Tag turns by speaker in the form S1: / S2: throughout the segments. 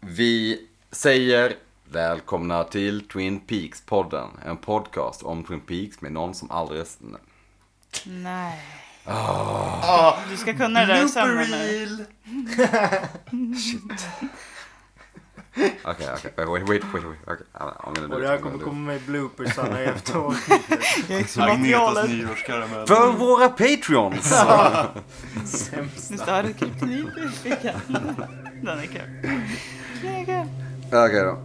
S1: Vi säger välkomna till Twin Peaks-podden. En podcast om Twin Peaks med någon som aldrig...
S2: Nej. Du ska kunna det där sämre nu.
S1: Okej, okej. Wait, wait, wait. wait. Okay. I'm gonna do
S3: Och
S1: it.
S3: det här
S1: I'm gonna do
S3: kommer
S1: it.
S3: komma med bloopers alla efteråt.
S4: Agnetas
S2: Materialet.
S4: nyårskaramell.
S1: För våra Patreons!
S2: Nu står det kryptonit i fickan. Den är kul. Den är kul.
S1: Okej då.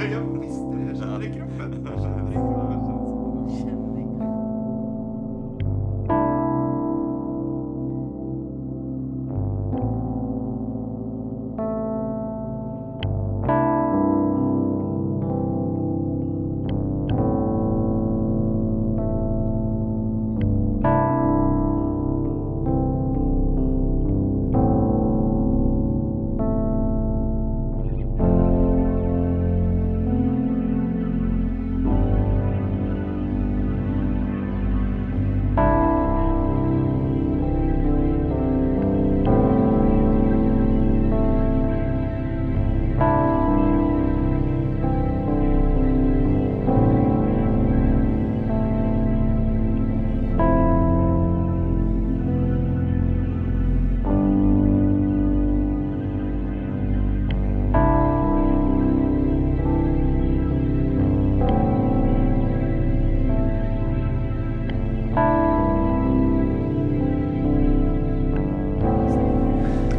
S4: Jag visste det, jag kände kroppen. Jag kände kroppen.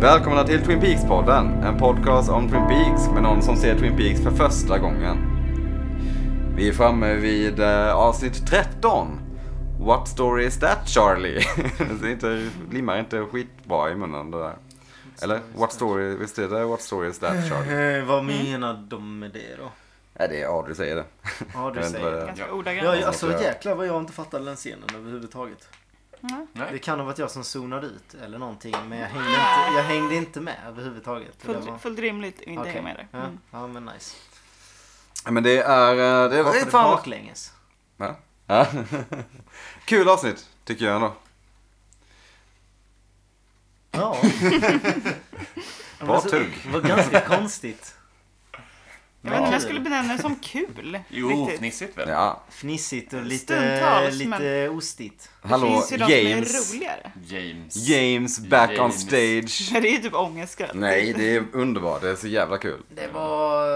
S1: Välkomna till Twin Peaks-podden. En podcast om Twin Peaks med någon som ser Twin Peaks för första gången. Vi är framme vid eh, avsnitt 13. What story is that Charlie? det är inte, limmar inte skitbra i munnen det där. Eller what story, visst är det what story is that Charlie?
S3: Eh, Vad menar de med det då?
S1: Nej det är Audrey säger det.
S3: Ja,
S1: Jag
S3: du
S1: vet inte vad det
S3: säger.
S1: är.
S2: Ganska
S3: Ja,
S2: ordagrant.
S3: jag- alltså
S1: Ja.
S3: jäklar vad jag inte fattade den scenen överhuvudtaget.
S2: Mm.
S3: Det kan ha varit jag som zonade ut eller någonting men jag hängde inte, jag hängde inte med överhuvudtaget. Det var-
S2: Fullt, fullt rimligt att inte
S3: Okej.
S2: hänga med där.
S3: Ja,
S2: Mm.
S3: ja men nice.
S1: Men det är... eh, Det är, det
S3: Varför
S1: är
S3: det
S1: fan...
S3: baklänges?
S1: Ja. Ja. Kul avsnitt tycker jag ändå.
S3: Ja. Men
S1: Bra
S3: alltså,
S1: tugg.
S3: Det var ganska konstigt.
S2: Jag vet inte om jag skulle benämna det som kul.
S4: Jo,
S2: riktigt.
S4: fnissigt väl?
S1: Ja.
S3: Fnissigt och lite,
S2: Stundtals,
S3: lite ostigt.
S2: Det
S1: Hallå
S2: finns ju de som är
S1: James.
S2: roligare.
S4: James.
S1: James back on
S4: James.
S1: stage.
S2: Men Det är ju typ ångestskratt.
S1: Nej, det är underbart. Det är så jävla kul.
S3: Det var...
S2: Det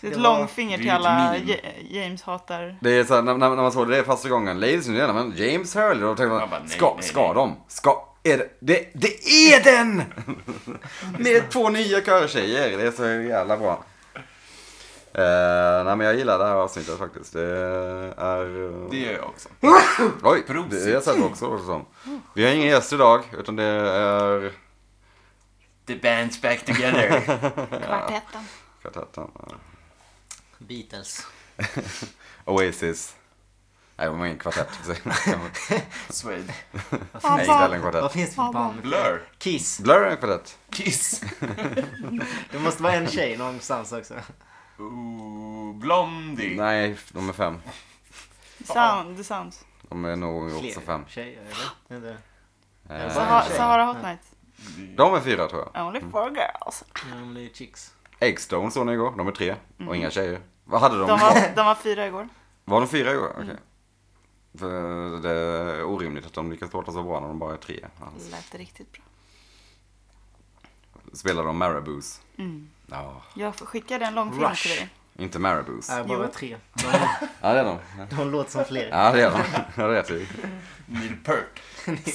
S2: är ett
S3: var-
S2: långfinger
S4: det är
S2: till
S4: ju
S2: alla
S4: ett meme.
S2: Ja- James hatar.
S1: Det är så här, när, när när man såg det första gången, Ladies and gentlemen, James Hurley, då tänkte man,
S4: Jag bara, nej,
S1: ska,
S4: nej,
S1: ska
S4: nej.
S1: de? Ska, är det, det, det är den! Med två nya körtjejer, det är så jävla bra. Eh, nej men jag gillar det här avsnittet faktiskt. Det är... eh,
S4: Det gör jag också.
S1: Oj,
S4: Prosit.
S1: det är så här också låter det som. Vi har ingen gäst idag, utan det är
S4: The band's back together.
S2: Kvartetten.
S1: kvartetten.
S3: Beatles.
S1: Oasis. Nej, de var ingen kvartett.
S4: Swede.
S1: Nej, istället en
S3: Vad
S1: kvartett.
S3: finns det för band?
S4: Blur.
S3: Kiss.
S1: Blur är en kvartett.
S4: Kiss.
S3: Det måste vara en tjej någonstans också.
S4: Ooh, Blondie.
S1: Nej, de är fem.
S2: Sound, the sounds.
S1: De är nog också fem.
S3: Fler tjejer eller? Inte.
S1: Eh,
S2: Sahara,
S3: tjej.
S2: Sahara Hot Night.
S1: De är fyra tror jag.
S2: Only four girls.
S3: Ja, men det är chicks.
S1: Eggstone såg ni igår, de är tre. Och inga tjejer. Vad hade de?
S2: De
S1: Var...
S2: var, de var fyra igår.
S1: de fyra igår? Okej. För Det är orimligt att de lyckas låta så bra när de bara är tre. Alltså.
S2: Lät riktigt bra.
S1: Spelar de Maraboos?
S2: Mm.
S1: Ja,
S2: Jag skickade en långfilm till
S3: Rush.
S2: dig.
S1: inte Maraboos.
S3: Nej, Äh, bara
S2: Jo.
S3: tre. De,
S1: Ja, det är de. Ja.
S3: de låter som fler.
S1: Ja, det är de. Ja, det är typ.
S4: Neil Peart.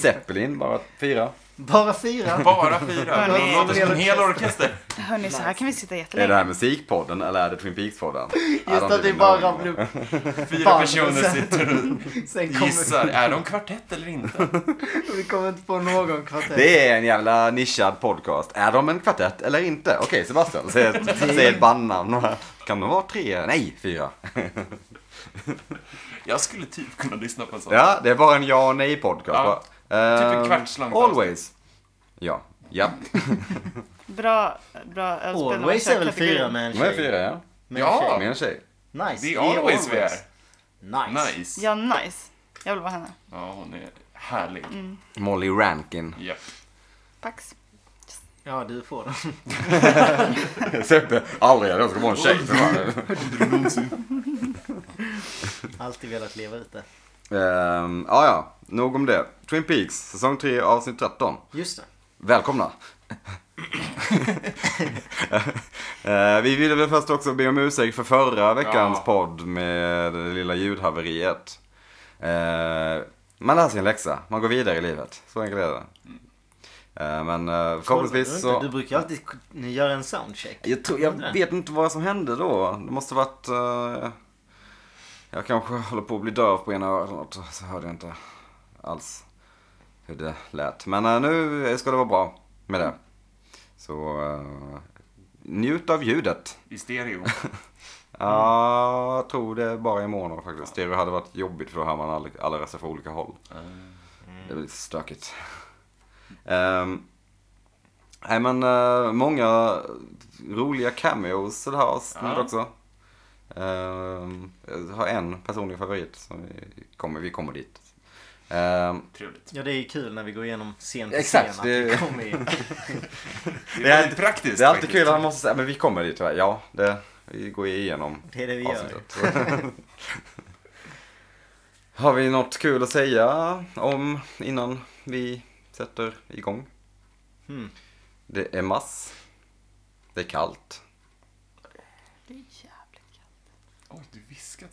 S1: Zeppelin, bara fyra.
S3: Bara fyra?
S4: Bara fyra.
S2: Hörni.
S4: De låter som en hel orkester.
S2: Hörni, så här kan vi sitta
S1: Är det
S2: jättelänge.
S1: här musikpodden eller är det Twin Peaks-podden?
S3: Just att vi bara rabblar upp.
S4: Fyra
S3: Fan,
S4: personer
S3: sen-
S4: sitter och
S3: Sen kommer
S4: gissar. Är de kvartett eller inte?
S3: vi kommer inte på någon kvartett.
S1: Det är en jävla nischad podcast. Är de en kvartett eller inte? Okej Sebastian, säg ett, säg ett bandnamn. Kan de vara tre? Nej, fyra.
S4: Jag skulle typ kunna lyssna på en sån.
S1: Ja, det är bara en ja och nej podcast.
S4: Ja.
S1: Bara,
S4: Typ en
S1: ehm,
S4: kvarts långt
S1: Always. Ja. Ja,
S2: Bra, bra överspel. när man
S3: Always
S2: kör
S3: är väl
S2: kategorin.
S3: fyra med en
S1: de är
S3: tjej?
S1: fyra ja.
S3: Med en
S4: Ja.
S3: tjej.
S1: Med en tjej.
S3: Nice.
S4: Det är always vi är.
S3: Nice.
S4: Nice.
S2: Ja, nice. Jag vill vara henne.
S4: Ja, hon är härlig.
S1: Molly Rankin.
S4: Japp.
S2: Pax.
S3: Ja, du får den.
S1: Seppe, aldrig jag ska vara en tjej för fan.
S4: Aldrig någonsin.
S3: Alltid velat leva ut det.
S1: Ehm, ja, ja, nog om det. Twin Peaks, säsong 3, avsnitt 13.
S3: Just det.
S1: Välkomna! Eh, vi ville väl först också be om ursäkt för förra veckans
S4: Ja.
S1: podd med det lilla ljudhaveriet. Eh, man lär sig en läxa, man går vidare i livet. Så enkelt är det. Eh, men eh, förhoppningsvis så...
S3: Kollar du inte? Du brukar alltid k- göra en soundcheck.
S1: Jag, tror,
S3: Gör du
S1: jag
S3: det?
S1: vet inte vad som hände då. Det måste varit... eh, jag kanske håller på att bli döv på ena örat eller något. Så hörde jag inte alls hur det lät. Men eh, nu ska det vara bra med det. Så eh, njut av ljudet.
S4: I stereo.
S1: Ja, jag tror det är bara i månader faktiskt. Stereo hade varit jobbigt för då hör man alla, alla röster från olika håll.
S4: Ah,
S1: Det blir lite stökigt. Ehm, Nej men eh, många roliga cameos i det här avsnittet
S4: Ja.
S1: också. Ehm, jag har en personlig favorit som vi kommer, vi kommer dit. Ehm,
S4: Trevligt.
S3: Ja, det är ju kul när vi går igenom scen för
S1: Exakt,
S3: scen. Att
S1: det-
S3: det kommer in.
S4: Det är väldigt praktiskt.
S1: det är alltid
S4: faktiskt.
S1: kul att man måste säga, men vi kommer dit tyvärr. Ja, det vi går igenom
S3: Det är det vi gör.
S1: avsnittet. har vi något kul att säga om innan vi sätter igång?
S3: Mm.
S1: Det är mass. Det är kallt.
S2: Det är jävligt kallt.
S4: Oj, du viskade.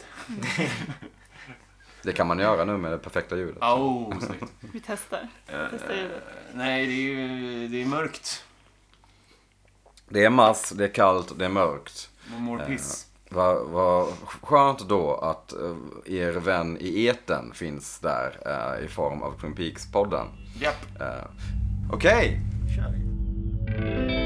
S1: Det kan man göra nu med det perfekta ljudet.
S4: Åh, oh, snyggt.
S2: Vi testar. Testa
S4: Eh,
S2: ljudet.
S4: nej, det är ju det är mörkt.
S1: Det är mass, det är kallt, det är mörkt.
S4: Man mår piss.
S1: Vad vad skönt då att eh, er vän i eten finns där eh, i form av Twin Peaks-podden.
S4: Japp.
S1: Eh, Okej,
S3: Kör vi.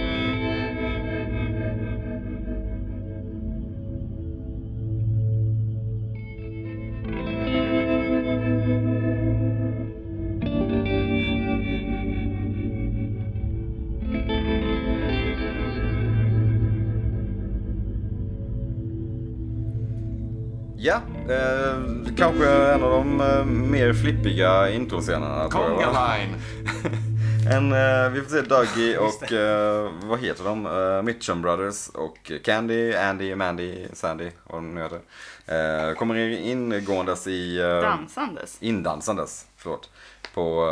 S1: ja. eh, kanske en av de eh, mer flippiga introscenerna. tror jag, va?
S4: Conga line.
S1: En, eh, vi får se Dougie och eh, vad heter de? Eh, Mitchum Brothers och Candy, Andy, Mandy, Sandy, vad de nu heter. Eh, kommer ingåendes i... eh,
S2: Dansandes.
S1: Indansandes, förlåt. På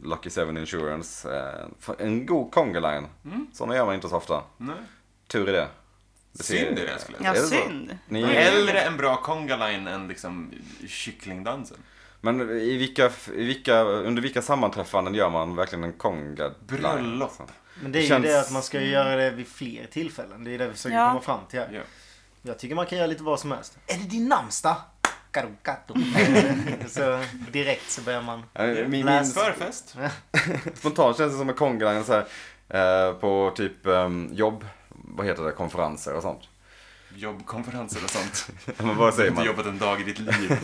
S1: eh, Lucky Seven Insurance. Eh, för- en god conga-line.
S4: Mm.
S1: Sådana gör man inte så ofta.
S4: Nej.
S1: Tur i det.
S4: Synd är det, skulle jag
S2: Ja,
S1: Är det så?
S2: synd.
S1: Ni-
S4: säga. Hellre en bra conga line än liksom kycklingdansen.
S1: Men i vilka, i vilka, under vilka sammanträffanden gör man verkligen en Alltså. conga-line?
S4: Bröllop.
S3: Men det är ju
S1: Känns-
S3: det att man ska göra det vid fler tillfällen. Det är det vi försöker
S2: Ja.
S3: komma fram till här.
S4: Ja.
S3: Jag tycker man kan göra lite vad som helst. Är det din namnsdag? Karo, kato. så direkt så börjar man.
S1: Eh, Min, min,
S3: Läs-
S4: Förfest.
S1: Spontant känns det som en kongaline så här, eh, på typ eh, jobb, vad heter det, konferenser och sånt.
S4: Jobbkonferenser och sånt.
S1: Men vad säger
S4: Du har
S1: man?
S4: jobbat en dag i ditt liv.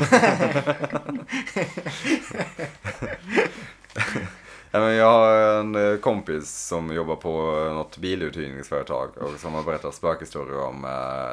S1: Ja, men Jag har en eh, kompis som jobbar på eh, något biluthyrningsföretag och som har berättat spökhistorier om, eh,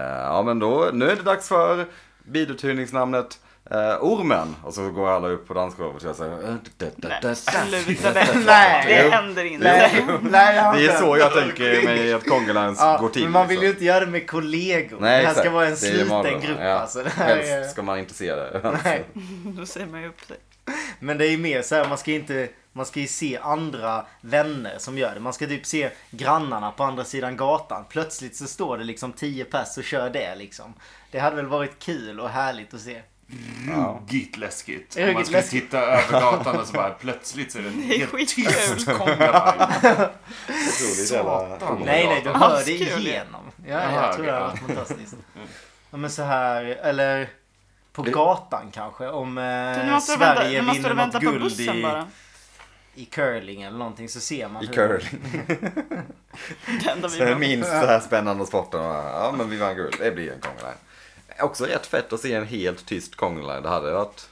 S1: eh, ja men då, nu är det dags för biluthyrningsnamnet eh, Ormen. Och så går alla upp på dansgolvet och säger "Äh,
S2: Nej,
S1: så
S2: sluta det.
S3: Nej.
S2: Det händer inte.
S3: Nej, nej, jag har
S1: Det är
S3: inte.
S1: så jag tänker mig att kongalines
S3: Ja,
S1: går till.
S3: men man vill ju
S1: liksom.
S3: inte göra det med kollegor. det här ska
S1: exakt.
S3: vara en
S1: Det är
S3: sluten
S1: mardrömmen,
S3: grupp
S1: ja.
S3: alltså. Det här är...
S1: Helst ska man inte se det.
S3: Nej.
S2: Då ser man ju upp
S3: Eh,
S2: sig.
S3: Men det är ju mer så här, man ska ju inte man ska ju se andra vänner som gör det. Man ska typ se grannarna på andra sidan gatan. Plötsligt så står det liksom 10 pers och kör det liksom. Det hade väl varit kul och härligt att se.
S4: Ruggigt läskigt.
S3: Ruggigt
S4: Om man skulle
S3: läskigt.
S4: titta över gatan och så bara plötsligt så är det en
S2: Det är
S4: helt
S2: skitkul.
S4: tyst conga-line.
S1: Otroligt jävla
S4: Satan.
S3: Nej, nej, du
S4: Ja,
S3: hör det
S2: kul.
S3: igenom. Ja,
S4: Aha,
S3: jag tror det hade
S4: ja.
S3: varit fantastiskt. Ja, men så här, eller på
S1: Det-
S3: gatan kanske. Om
S2: Du, nu
S3: eh,
S2: måste du vänta,
S3: Sverige
S2: nu måste du
S3: vinner något
S2: vänta på
S3: guld
S2: bussen
S3: i,
S2: bara.
S3: i curling eller någonting så ser man
S1: I
S3: hur-
S1: curling.
S2: Det enda vi
S1: Det är
S2: behöver.
S1: minst så här spännande sporten. Ja men vi vann guld, det blir en kongaline. Också rätt fett att se en helt tyst kongaline. Det hade varit,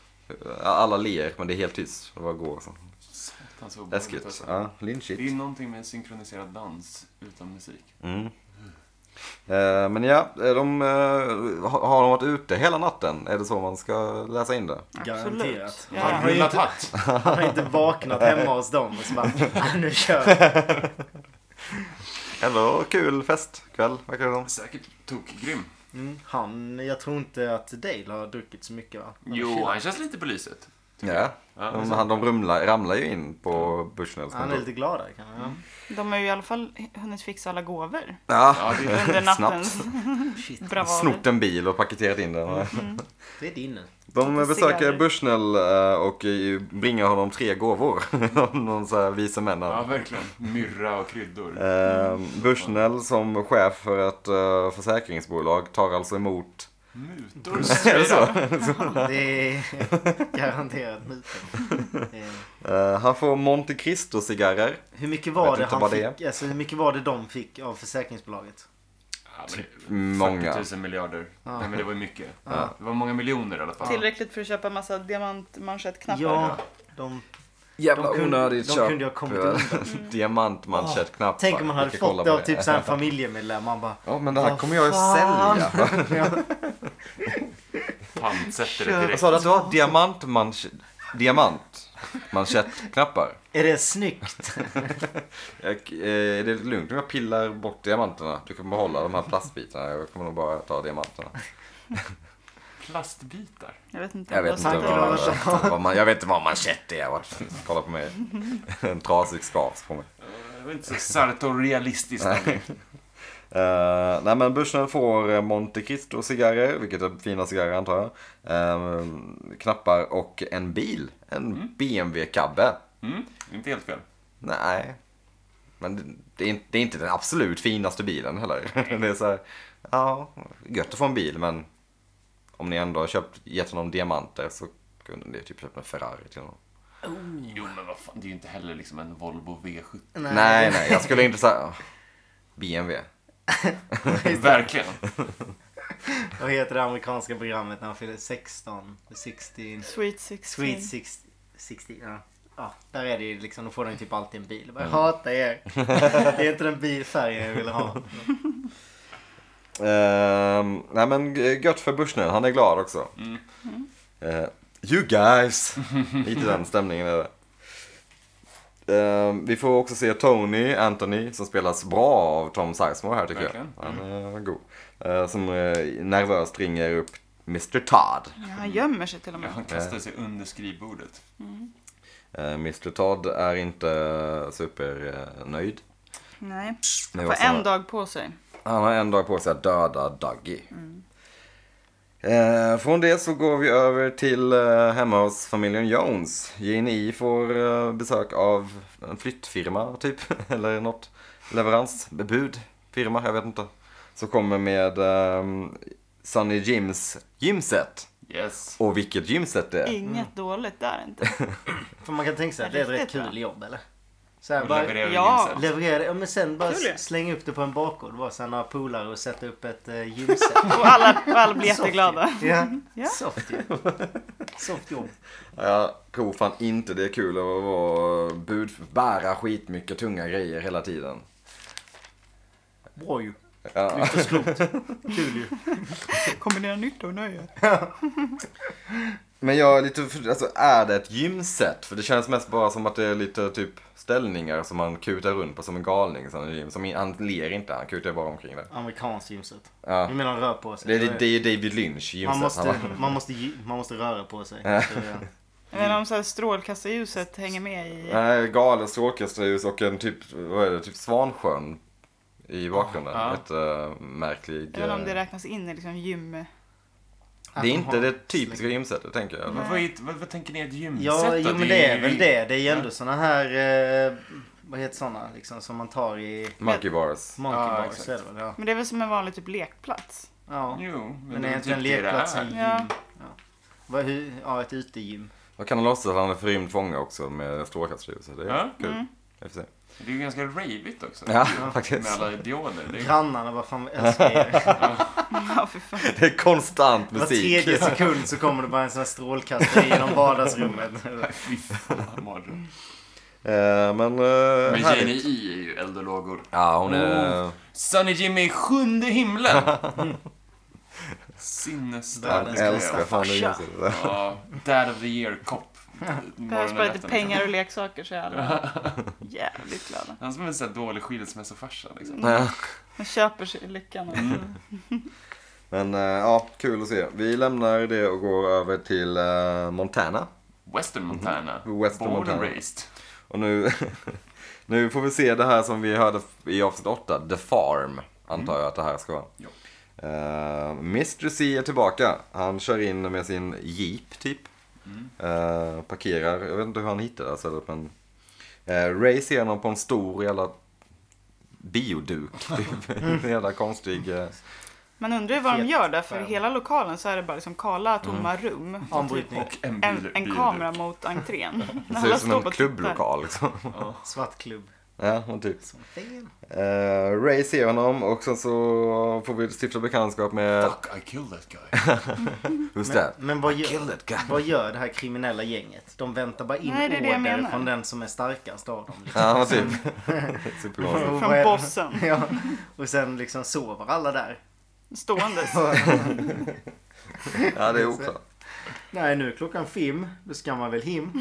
S1: alla ler men det är helt tyst. Det bara går så.
S4: Satan, så obehagligt
S1: Läskigt.
S4: alltså.
S1: Ja,
S4: Det är
S1: lynchigt.
S4: någonting med synkroniserad dans utan musik.
S1: Mm. Eh, Men ja, eh, de, eh, ha- har de varit ute hela natten? Är det så man ska läsa in det?
S3: Garanterat.
S2: Ja.
S4: Har
S3: Han
S4: du
S3: har ju
S4: rullat
S3: inte,
S4: hatt?
S3: han har inte vaknat hemma hos dem och så bara, "Ah, nu kör vi.
S1: Eller kul festkväll, verkar det som.
S4: Säkert tokgrym.
S3: Mm, han, jag tror inte att Dale har druckit så mycket va? Han
S4: Jo,
S3: chillar.
S4: han känns lite på lyset.
S1: Ja,
S4: Ja,
S1: de, han- de rumlar, ramlar ju in på Bushnells
S3: Han är
S1: kontor.
S3: lite gladare kan
S4: Mm.
S3: han.
S2: De har ju i alla fall hunnit fixa alla gåvor
S1: Ja,
S4: Ja, det är
S2: under
S1: snabbt.
S2: nattens
S3: Shit,
S2: bravader.
S1: Snott en bil och paketerat in den.
S3: det är din nu.
S1: De
S2: Lite
S1: besöker
S2: cigarrer.
S1: Bushnell eh, och eh, bringar honom tre gåvor. Någon så här vise män.
S4: Ja, verkligen. Myrra och kryddor.
S1: Eh, Bushnell som chef för ett eh, försäkringsbolag tar alltså emot
S4: Mutor.
S1: Är det så?
S3: Det är garanterat mutor. Eh,
S1: Eh, han får Monte Cristo-cigarrer.
S3: Hur mycket
S1: Jag
S3: var
S1: vet
S3: det
S1: inte
S3: han
S1: vad
S3: fick?
S1: det
S3: Alltså, hur mycket var det de fick av försäkringsbolaget?
S4: Ja, men det-
S1: Typ Många.
S4: 40 000 miljarder. Nej, men det var ju mycket.
S3: Ja.
S4: Det var många miljoner i alla fall.
S2: Tillräckligt för att köpa massa diamantmanschettknappar.
S3: Ja, de...
S1: Jävla
S3: De kunde- onödigt de köp. kunde ju ha kommit Ah,
S1: Diamantmanschettknappar.
S3: Tänk om man hade
S1: Vilka kollar
S3: fått det
S1: på
S3: av typ så här en familjemedlem. Man bara...
S1: Ja men det här
S3: Vad
S1: kommer jag ju
S3: fan?
S1: sälja.
S3: Ja,
S4: Pantsätter det
S1: Vad
S4: direkt.
S1: sa du att du har? Diamantmansch... Diamantmanschettknappar?
S3: är det snyggt?
S1: Jag, eh, det är lugnt om jag pillar bort diamanterna. Du kan behålla de här plastbitarna. Jag kommer nog bara ta diamanterna.
S3: Alltså-
S4: Plastbitar.
S2: Jag vet inte.
S1: Jag vet inte
S3: Tack,
S1: vad,
S3: Robert.
S1: vad, man, jag vet inte vad manschett är. Vad- Kolla på mig. En trasig scarf på mig.
S4: Det var inte så sartorialistiskt.
S1: Eh, nej men Bushnell får eh, Monte Cristo cigarrer, vilket är fina cigarrer antar jag. Eh, knappar och en bil. En BMW-cabbe.
S4: Mm, inte helt fel.
S1: Nej. Men det- det är, inte, det är inte den absolut finaste bilen heller. Det är så här, ja, gött att få en bil men om ni ändå har köpt, gett honom diamanter så kunde ni typ köpt en Ferrari till honom.
S4: Jo, men vad fan. Det är ju inte heller liksom en Volvo V70.
S1: Nej, nej, jag skulle inte säga åh, BMW.
S4: Verkligen.
S3: Vad heter det amerikanska programmet när han fyller 16? 16?
S2: Sweet 16.
S3: Sweet 16. 16 ja. ja, där är det ju liksom, då får de ju typ alltid en bil. Jag bara,
S1: Mm.
S3: Jag hatar er. Det är inte den bilfärgen jag ville ha.
S1: Ehm, nej men g- gött för Bushnell, han är glad också. Eh, you guys! Lite den stämningen är det. Ehm, vi får också se Tony Anthony som spelas bra av Tom Sizemore här tycker
S4: Verkligen.
S1: jag. Han är god. Eh, som eh, nervöst ringer upp Mr Todd.
S2: Ja, han gömmer sig till och
S4: Ja,
S2: med.
S4: han kastade sig under skrivbordet.
S1: Eh, Mr Todd är inte supernöjd.
S2: Nej.
S1: med
S2: Han
S1: vad
S2: får
S1: som har-
S2: en dag på sig.
S1: Han har en dag på sig att döda Dougie. Eh, från det så går vi över till eh, hemma hos familjen Jones. JNI får eh, besök av en flyttfirma typ, eller något leveransbud, firma, jag vet inte. Så kommer med eh, Sunny Jims gymset.
S4: Yes.
S1: Och vilket gymset det är.
S2: Inget dåligt där inte.
S3: För man kan tänka sig att det är ett rätt
S2: Riktigt,
S3: kul
S2: va?
S3: jobb eller? Så här,
S4: Och
S3: bara,
S4: levererar
S2: Ja.
S1: alltså.
S4: in sig.
S3: Leverera det, ja, men sen bara
S2: Kul ju.
S3: slänga upp det på en bakgård. Bara så här några polare och sätta upp ett eh, gymset.
S2: Och alla, och alla blir jätteglada.
S3: ja.
S2: Ja.
S3: Soft jobb. Soft jobb.
S1: Jag tror fan inte det är kul att vara bud, bära skitmycket tunga grejer hela tiden.
S3: Bra ju.
S1: Ja.
S3: Kul ju.
S2: Kombinera nytta och nöje.
S1: Men jag är lite, alltså är det ett gymset? För det känns mest bara som att det är lite typ ställningar som man kutar runt på som en galning. Som en gym. Som, han ler inte, han kutar bara omkring där.
S3: Amerikanskt gymset.
S1: Ja.
S3: Du menar rör på
S1: Det,
S3: sig?
S1: är- det, det är David Lynch gymset.
S3: man,
S1: Han
S3: Mm. måste,
S1: bara,
S3: man, måste, ju- man måste röra på sig. Så, ja.
S2: Men om så här strålkastarljuset hänger med i...
S1: Nej, galet strålkastarljus och en typ, vad är det, typ Svansjön i bakgrunden.
S4: Ja.
S1: Ett äh, märklig...
S2: Även om
S1: eh,
S2: det räknas in i liksom gym...
S1: det är inte det typiska gymsetet tänker jag.
S4: Men vad, är, vad, vad tänker ni är ett gymset
S3: Ja,
S4: då?
S3: jo, men det är
S4: ju-
S3: väl det. Det är ju ändå såna här... Eh, vad heter såna liksom som man tar i
S1: Monkey bars.
S3: monkey
S4: Ja,
S3: bars?
S4: exakt.
S3: är det väl? Ja.
S2: Men det är väl som en vanlig typ lekplats?
S3: ja.
S4: Jo, men,
S3: Men
S4: det
S3: är
S4: väl
S3: inte en
S4: typ det
S3: lekplats
S4: det är.
S3: en gym? Ja.
S2: Ja.
S3: Vad- hur, ja, ett utegym.
S1: Och kan han låtsas att han är förrymd fånge också med strålkastarljuset. Det är
S4: Ja.
S1: kul. i och för sig.
S4: Det är ju ganska ravigt också.
S1: Ja,
S4: Med
S1: faktiskt.
S4: alla dioder. Det är,
S3: Grannarna, vad fan älskar er.
S2: Ja, för fan.
S1: Det är konstant
S3: Var
S1: musik.
S3: tredje sekund så kommer det bara en sån här strålkastare genom vardagsrummet.
S4: fy fan, mardröm.
S1: Eh, men... eh,
S4: Men
S1: härligt.
S4: Janie E är ju eldolågor.
S1: Ja, hon är...
S4: Oh. Sunny Jimmy i sjunde himlen! Sinnesstörd.
S3: Världens
S1: Jag älskar fan hur
S3: Farsa.
S1: mysigt det är.
S4: Ja, Dad of the year-kopp.
S2: Behöver spara lite pengar och leksaker så är alla jävligt glada.
S4: liksom. Han som är en sån här dålig skilsmässofarsa liksom.
S3: Mm.
S1: Ja.
S2: Man köper sig lyckan. Och...
S1: Mm. Men eh, ja, kul att se. Vi lämnar det och går över till eh, Montana.
S4: Western
S3: Mhm.
S4: Montana.
S1: Western
S4: Born
S1: Montana.
S4: and raised.
S1: Och nu, nu får vi se det här som vi hörde i avsnitt 8, The Farm. Antar
S2: Mm.
S1: jag att det här ska vara.
S4: Ja.
S1: Eh, Mr C är tillbaka. Han kör in med sin jeep typ.
S2: Mm.
S1: Eh, parkerar, jag vet inte hur han hittade det stället men. Uh, Ray ser honom på en stor jävla bioduk. Typ.
S2: Mm.
S1: en jävla konstig. eh,
S2: Man undrar ju vad de
S3: Fet
S2: gör där, för i
S3: skärm.
S2: hela lokalen så är det bara liksom kala tomma
S1: Mm.
S2: rum.
S3: Ombrytning.
S4: Och en,
S2: En,
S4: bil-
S2: en
S4: bil-
S2: kamera mot entrén.
S1: det
S2: När
S1: ser
S2: alla
S1: ut som
S2: står
S1: en
S2: på och
S1: klubblokal liksom.
S3: Svart klubb.
S1: ja, men typ.
S3: Fel.
S1: Eh, Ray ser honom och sen så får vi stifta bekantskap med...
S4: Fuck, I killed that guy.
S1: Who's
S3: Men,
S1: that?
S3: men vad,
S1: Kill
S3: gör,
S1: that guy.
S3: vad gör det här kriminella gänget? De väntar bara in
S2: Nej, det är det jag
S3: order
S2: menar.
S3: från den som är starkast av dem. Liksom.
S1: Ja, men typ.
S4: Mm.
S1: Superkonstigt.
S3: Och vad är
S2: Från
S3: det-
S2: bossen.
S3: Ja. Och sen liksom sover alla där.
S2: Ståendes.
S4: Mm.
S1: Ja, det är oklart.
S3: Nej, nu är klockan fem. Då ska man väl hem.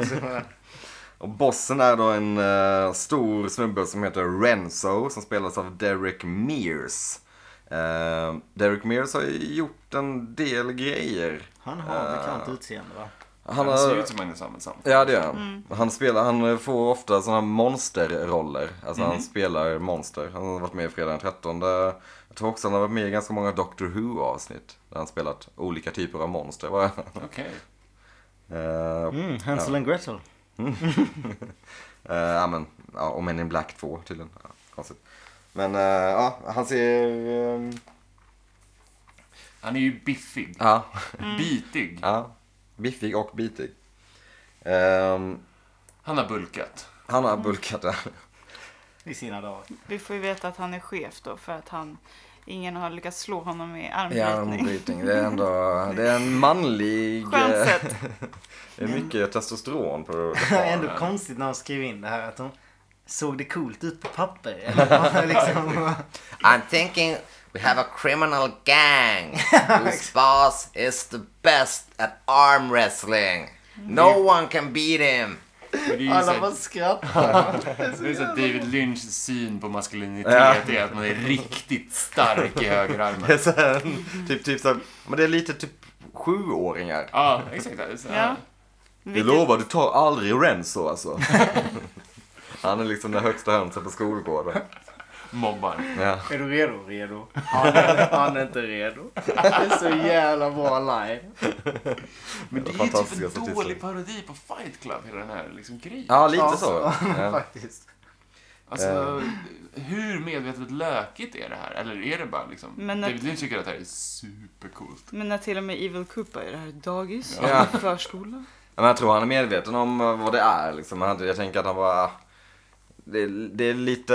S3: Och så-
S1: Och bossen är då en eh, stor snubbe som heter Renzo som spelas av Derek Mears. Eh, Derek Mears har ju gjort en del grejer. Eh,
S3: Han har bekant utseende va?
S1: Han
S4: Han ser
S1: har...
S4: ut som Magnus Samuelsson.
S1: Ja, det gör han. Han, spelar, han får ofta sådana monsterroller. Alltså
S4: Mm.
S1: han spelar monster. Han har varit med i Fredag den 13. Jag tror också han har varit med i ganska många Doctor Who-avsnitt. Där han spelat olika typer av monster. bara.
S4: Okej.
S1: Eh,
S3: Mm, Hansel and Gretel.
S1: Eh, ja, men, ja, och Men in Black 2 tydligen. Ja, konstigt. Men eh, ja, han ser... ehm,
S4: Han är ju biffig.
S1: ja,
S2: Mm.
S4: Bitig.
S1: ja, biffig och bitig. Ehm,
S4: Han har bulkat.
S1: han har bulkat där.
S3: I sina dagar.
S2: Vi får ju veta att han är chef då för att han, ingen har lyckats slå honom i
S1: I
S2: armbrytning.
S1: armbrytning. Det är ändå det är en manlig...
S2: Skönt
S1: eh,
S2: sätt.
S1: Det är mycket testosteron på
S3: Det är ändå konstigt när de skrev in det här att de såg det coolt ut på papper. Eller vad, liksom,
S5: I'm thinking we have a criminal gang whose boss is the best at arm wrestling.
S1: Mm.
S5: No one can beat him.
S4: Det är ju
S3: alla bara
S4: så-
S3: skrattar.
S4: det är så här David Lynchs syn på maskulinitet
S1: Ja.
S4: är att man är riktigt stark i högerarmen.
S1: Det är så här, typ, typ så här, men det är lite typ sjuåringar.
S4: Ja, exakt. Det är så här.
S2: Ja.
S1: Jag lovar, du tar aldrig Renzo alltså. Han är liksom den högsta hönsen på skolgården.
S4: Mobbar.
S1: Ja.
S3: Är du redo? Redo. Han är, han är inte redo. Det är så jävla bra line.
S4: Men det är ju
S1: fantastiska
S4: typ en
S1: statister.
S4: dålig parodi på Fight Club, hela den här liksom, grejen.
S1: Ja, lite
S3: Ja,
S1: så. Ja.
S3: Faktiskt.
S4: Alltså,
S1: Eh.
S4: hur medvetet lökigt är det här? Eller är det bara liksom...
S2: Men att-
S4: David Lynch tycker att det här är supercoolt.
S2: Men när till och med Evil Koopa är det här dagis,
S1: Ja.
S2: förskola.
S1: Ja, Men jag tror han är medveten om eh, vad det är. Liksom. Han- Jag tänker att han bara... ah, Det, det är lite...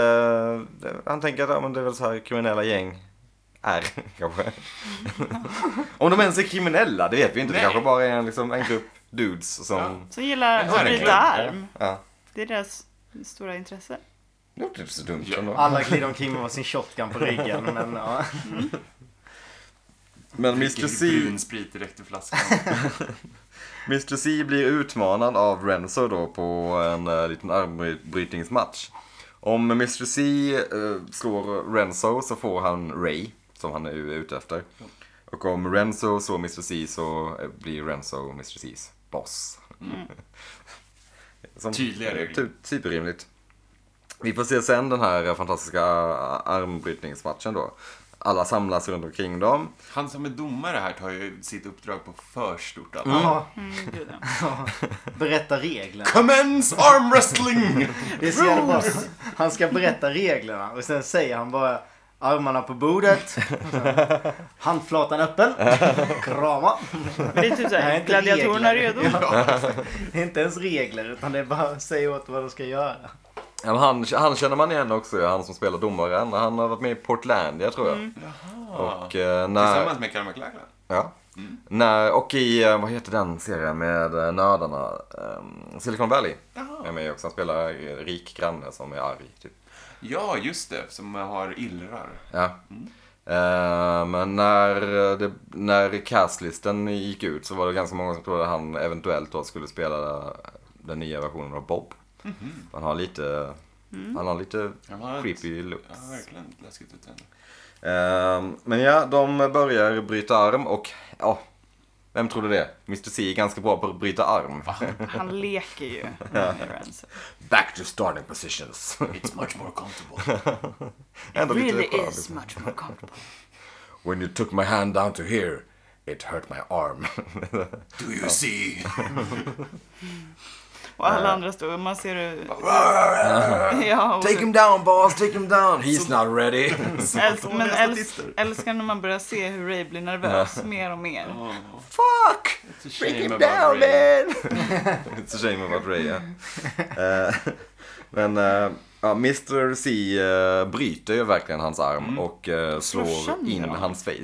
S1: det- Han tänker att ja, men det är väl så här kriminella gäng är, kanske. om de ens är kriminella, det vet vi inte.
S4: Nej.
S1: Det kanske bara är en, liksom, en grupp dudes som...
S4: Ja.
S2: Som gillar
S4: Ja,
S2: att
S4: verkligen.
S2: bryta arm.
S1: Ja.
S2: Det är deras stora intresse.
S1: Det låter inte så dumt
S4: Ja.
S1: ändå.
S3: Alla glider omkring med varsin shotgun på ryggen. Men, ja.
S1: Men Mr
S4: Dricker
S1: C,
S4: brun sprit direkt ur flaskan.
S1: Mr C blir utmanad av Renzo då på en eh, liten armbrytningsmatch. Om Mr C eh, slår Renzo så får han Ray, som han är ute efter. Och om Renzo slår Mr C så eh, blir Renzo Mr C's boss. som,
S4: Mm. Tydliga regler.
S1: Typ, typ rimligt. Vi får se sen den här fantastiska eh, armbrytningsmatchen då. Alla samlas runt omkring dem.
S4: Han som är domare här tar ju sitt uppdrag på för stort allvar.
S3: Ja,
S2: Mm, gud, ja.
S3: berätta reglerna.
S4: Commence arm wrestling!
S3: Det är så jävla bra. Han ska berätta reglerna och sen säger han bara armarna på bordet. Handflatan öppen. Krama.
S2: Men Det är typ
S3: Det här är
S2: såhär,
S3: inte
S2: gladiatorerna är
S3: regler.
S2: redo.
S3: Det är inte ens regler utan det är bara att säga åt vad de ska göra.
S1: Ja, men han, han känner man igen också, ja, han som spelar domaren. Han har varit med i Portlandia tror jag. Och eh, när...
S4: Tillsammans med Karl McLachlan.
S1: Ja, När, och i, eh, vad heter den serien med eh, nördarna? Ehm, Silicon Valley
S4: Jaha.
S1: är med också. Han spelar eh, rik granne som är arg. Typ.
S4: Ja, just det. Som har illrar.
S1: Ja.
S4: Mm.
S1: Eh, men när, eh, det, när castlisten gick ut så var det ganska många som trodde att han eventuellt då skulle spela eh, den nya versionen av Bob. Han har lite, han har lite
S4: Mhm. Han har ett-
S1: creepy looks.
S4: Ja, verkligen läskigt ut. ändå.
S1: Ehm, men ja, de börjar bryta arm och ja, vem trodde det? Mr C är ganska bra på att bryta arm.
S2: Han leker ju. med Ransom.
S1: Back to starting positions.
S4: It's much more comfortable.
S1: Ändå lite
S2: really
S1: skön,
S2: is
S1: liksom.
S2: much more comfortable.
S1: When you took my hand down to here, it hurt my arm.
S4: Do you see?
S2: Och alla andra står man ser hur... ja, och
S1: take him down boss, take him down. He's not ready.
S2: äls- men äls- älskar när man börjar se hur Ray blir nervös mer och mer.
S1: Fuck!
S4: It's a
S1: Bring
S4: shame
S1: him
S4: about
S1: down
S4: Ray.
S1: man! It's a shame about Ray, ja. Eh, men eh, ja, Mr C eh, bryter ju verkligen hans arm och eh, slår
S2: sönder
S1: in
S2: honom.
S1: hans face.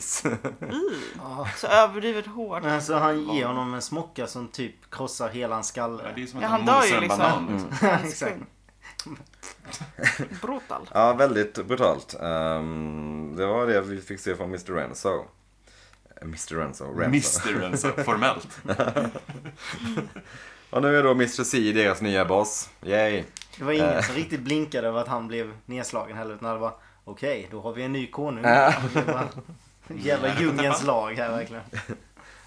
S2: Så överdrivet hårt.
S3: Men alltså han ger honom en smocka som typ krossar hela hans
S4: Ja,
S3: skalle.
S4: det är som att
S2: Ja, han
S4: han
S2: dör
S4: mosar
S2: ju
S4: en
S2: liksom.
S4: banan.
S2: Mm.
S4: liksom.
S3: Exakt.
S2: Brutal.
S1: Ja, väldigt brutalt. Ehm, det var det vi fick se från Mr. Renzo. Eh, Mr. Renzo, Renzo.
S4: Mr. Renzo, formellt.
S1: Och nu är då Mr. C deras nya boss. Yay!
S3: Det var ingen som riktigt blinkade över att han blev nedslagen heller. Utan det var okej, då har vi en ny konung.
S1: Ja.
S3: Det var Jävla djungelns lag här verkligen.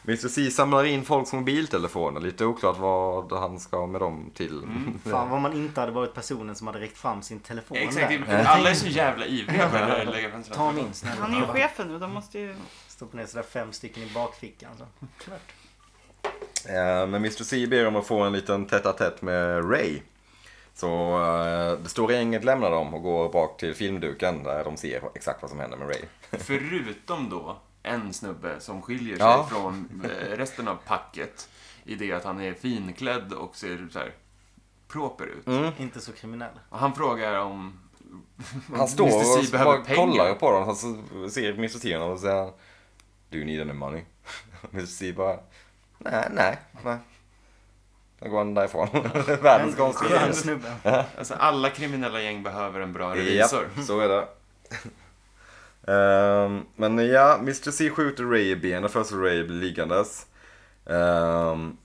S1: Mr. C samlar in folks mobiltelefoner. Lite oklart vad han ska med dem till.
S3: Fan vad man inte hade varit personen som hade räckt fram sin telefon
S4: Exakt.
S3: där.
S4: det- Alla är så jävla ivriga på att lägga fram sina
S3: Ta min snälla.
S2: Han är ju chefen nu, de måste ju...
S3: Stoppa ner sådär fem stycken i bakfickan. Så. Klart.
S1: Eh, Men Mr. C ber om att få en liten tätt-a-tätt med Ray. Så eh, det stora gänget lämnar dem och går bak till filmduken där de ser exakt vad som händer med Ray.
S4: Förutom då en snubbe som skiljer sig
S1: Ja.
S4: från eh, resten av packet i det att han är finklädd och ser så här proper ut.
S1: Mm.
S3: Inte så kriminell.
S4: Och han frågar om...
S1: Han står
S4: Mr. C
S1: och
S4: behöver
S1: bara
S4: pengar.
S1: kollar på dem och så ser Mr. C honom och så säger han Do you need any money? Mr. C bara Nej, nej, nej. Då går han därifrån. Världens konstigaste.
S3: Skön snubbe.
S4: Alltså alla kriminella gäng behöver en bra
S1: Ja,
S4: revisor.
S1: så är det. Ehm, men ja, Mr. C skjuter Ray i benet först så Ray blir liggandes. Ehm,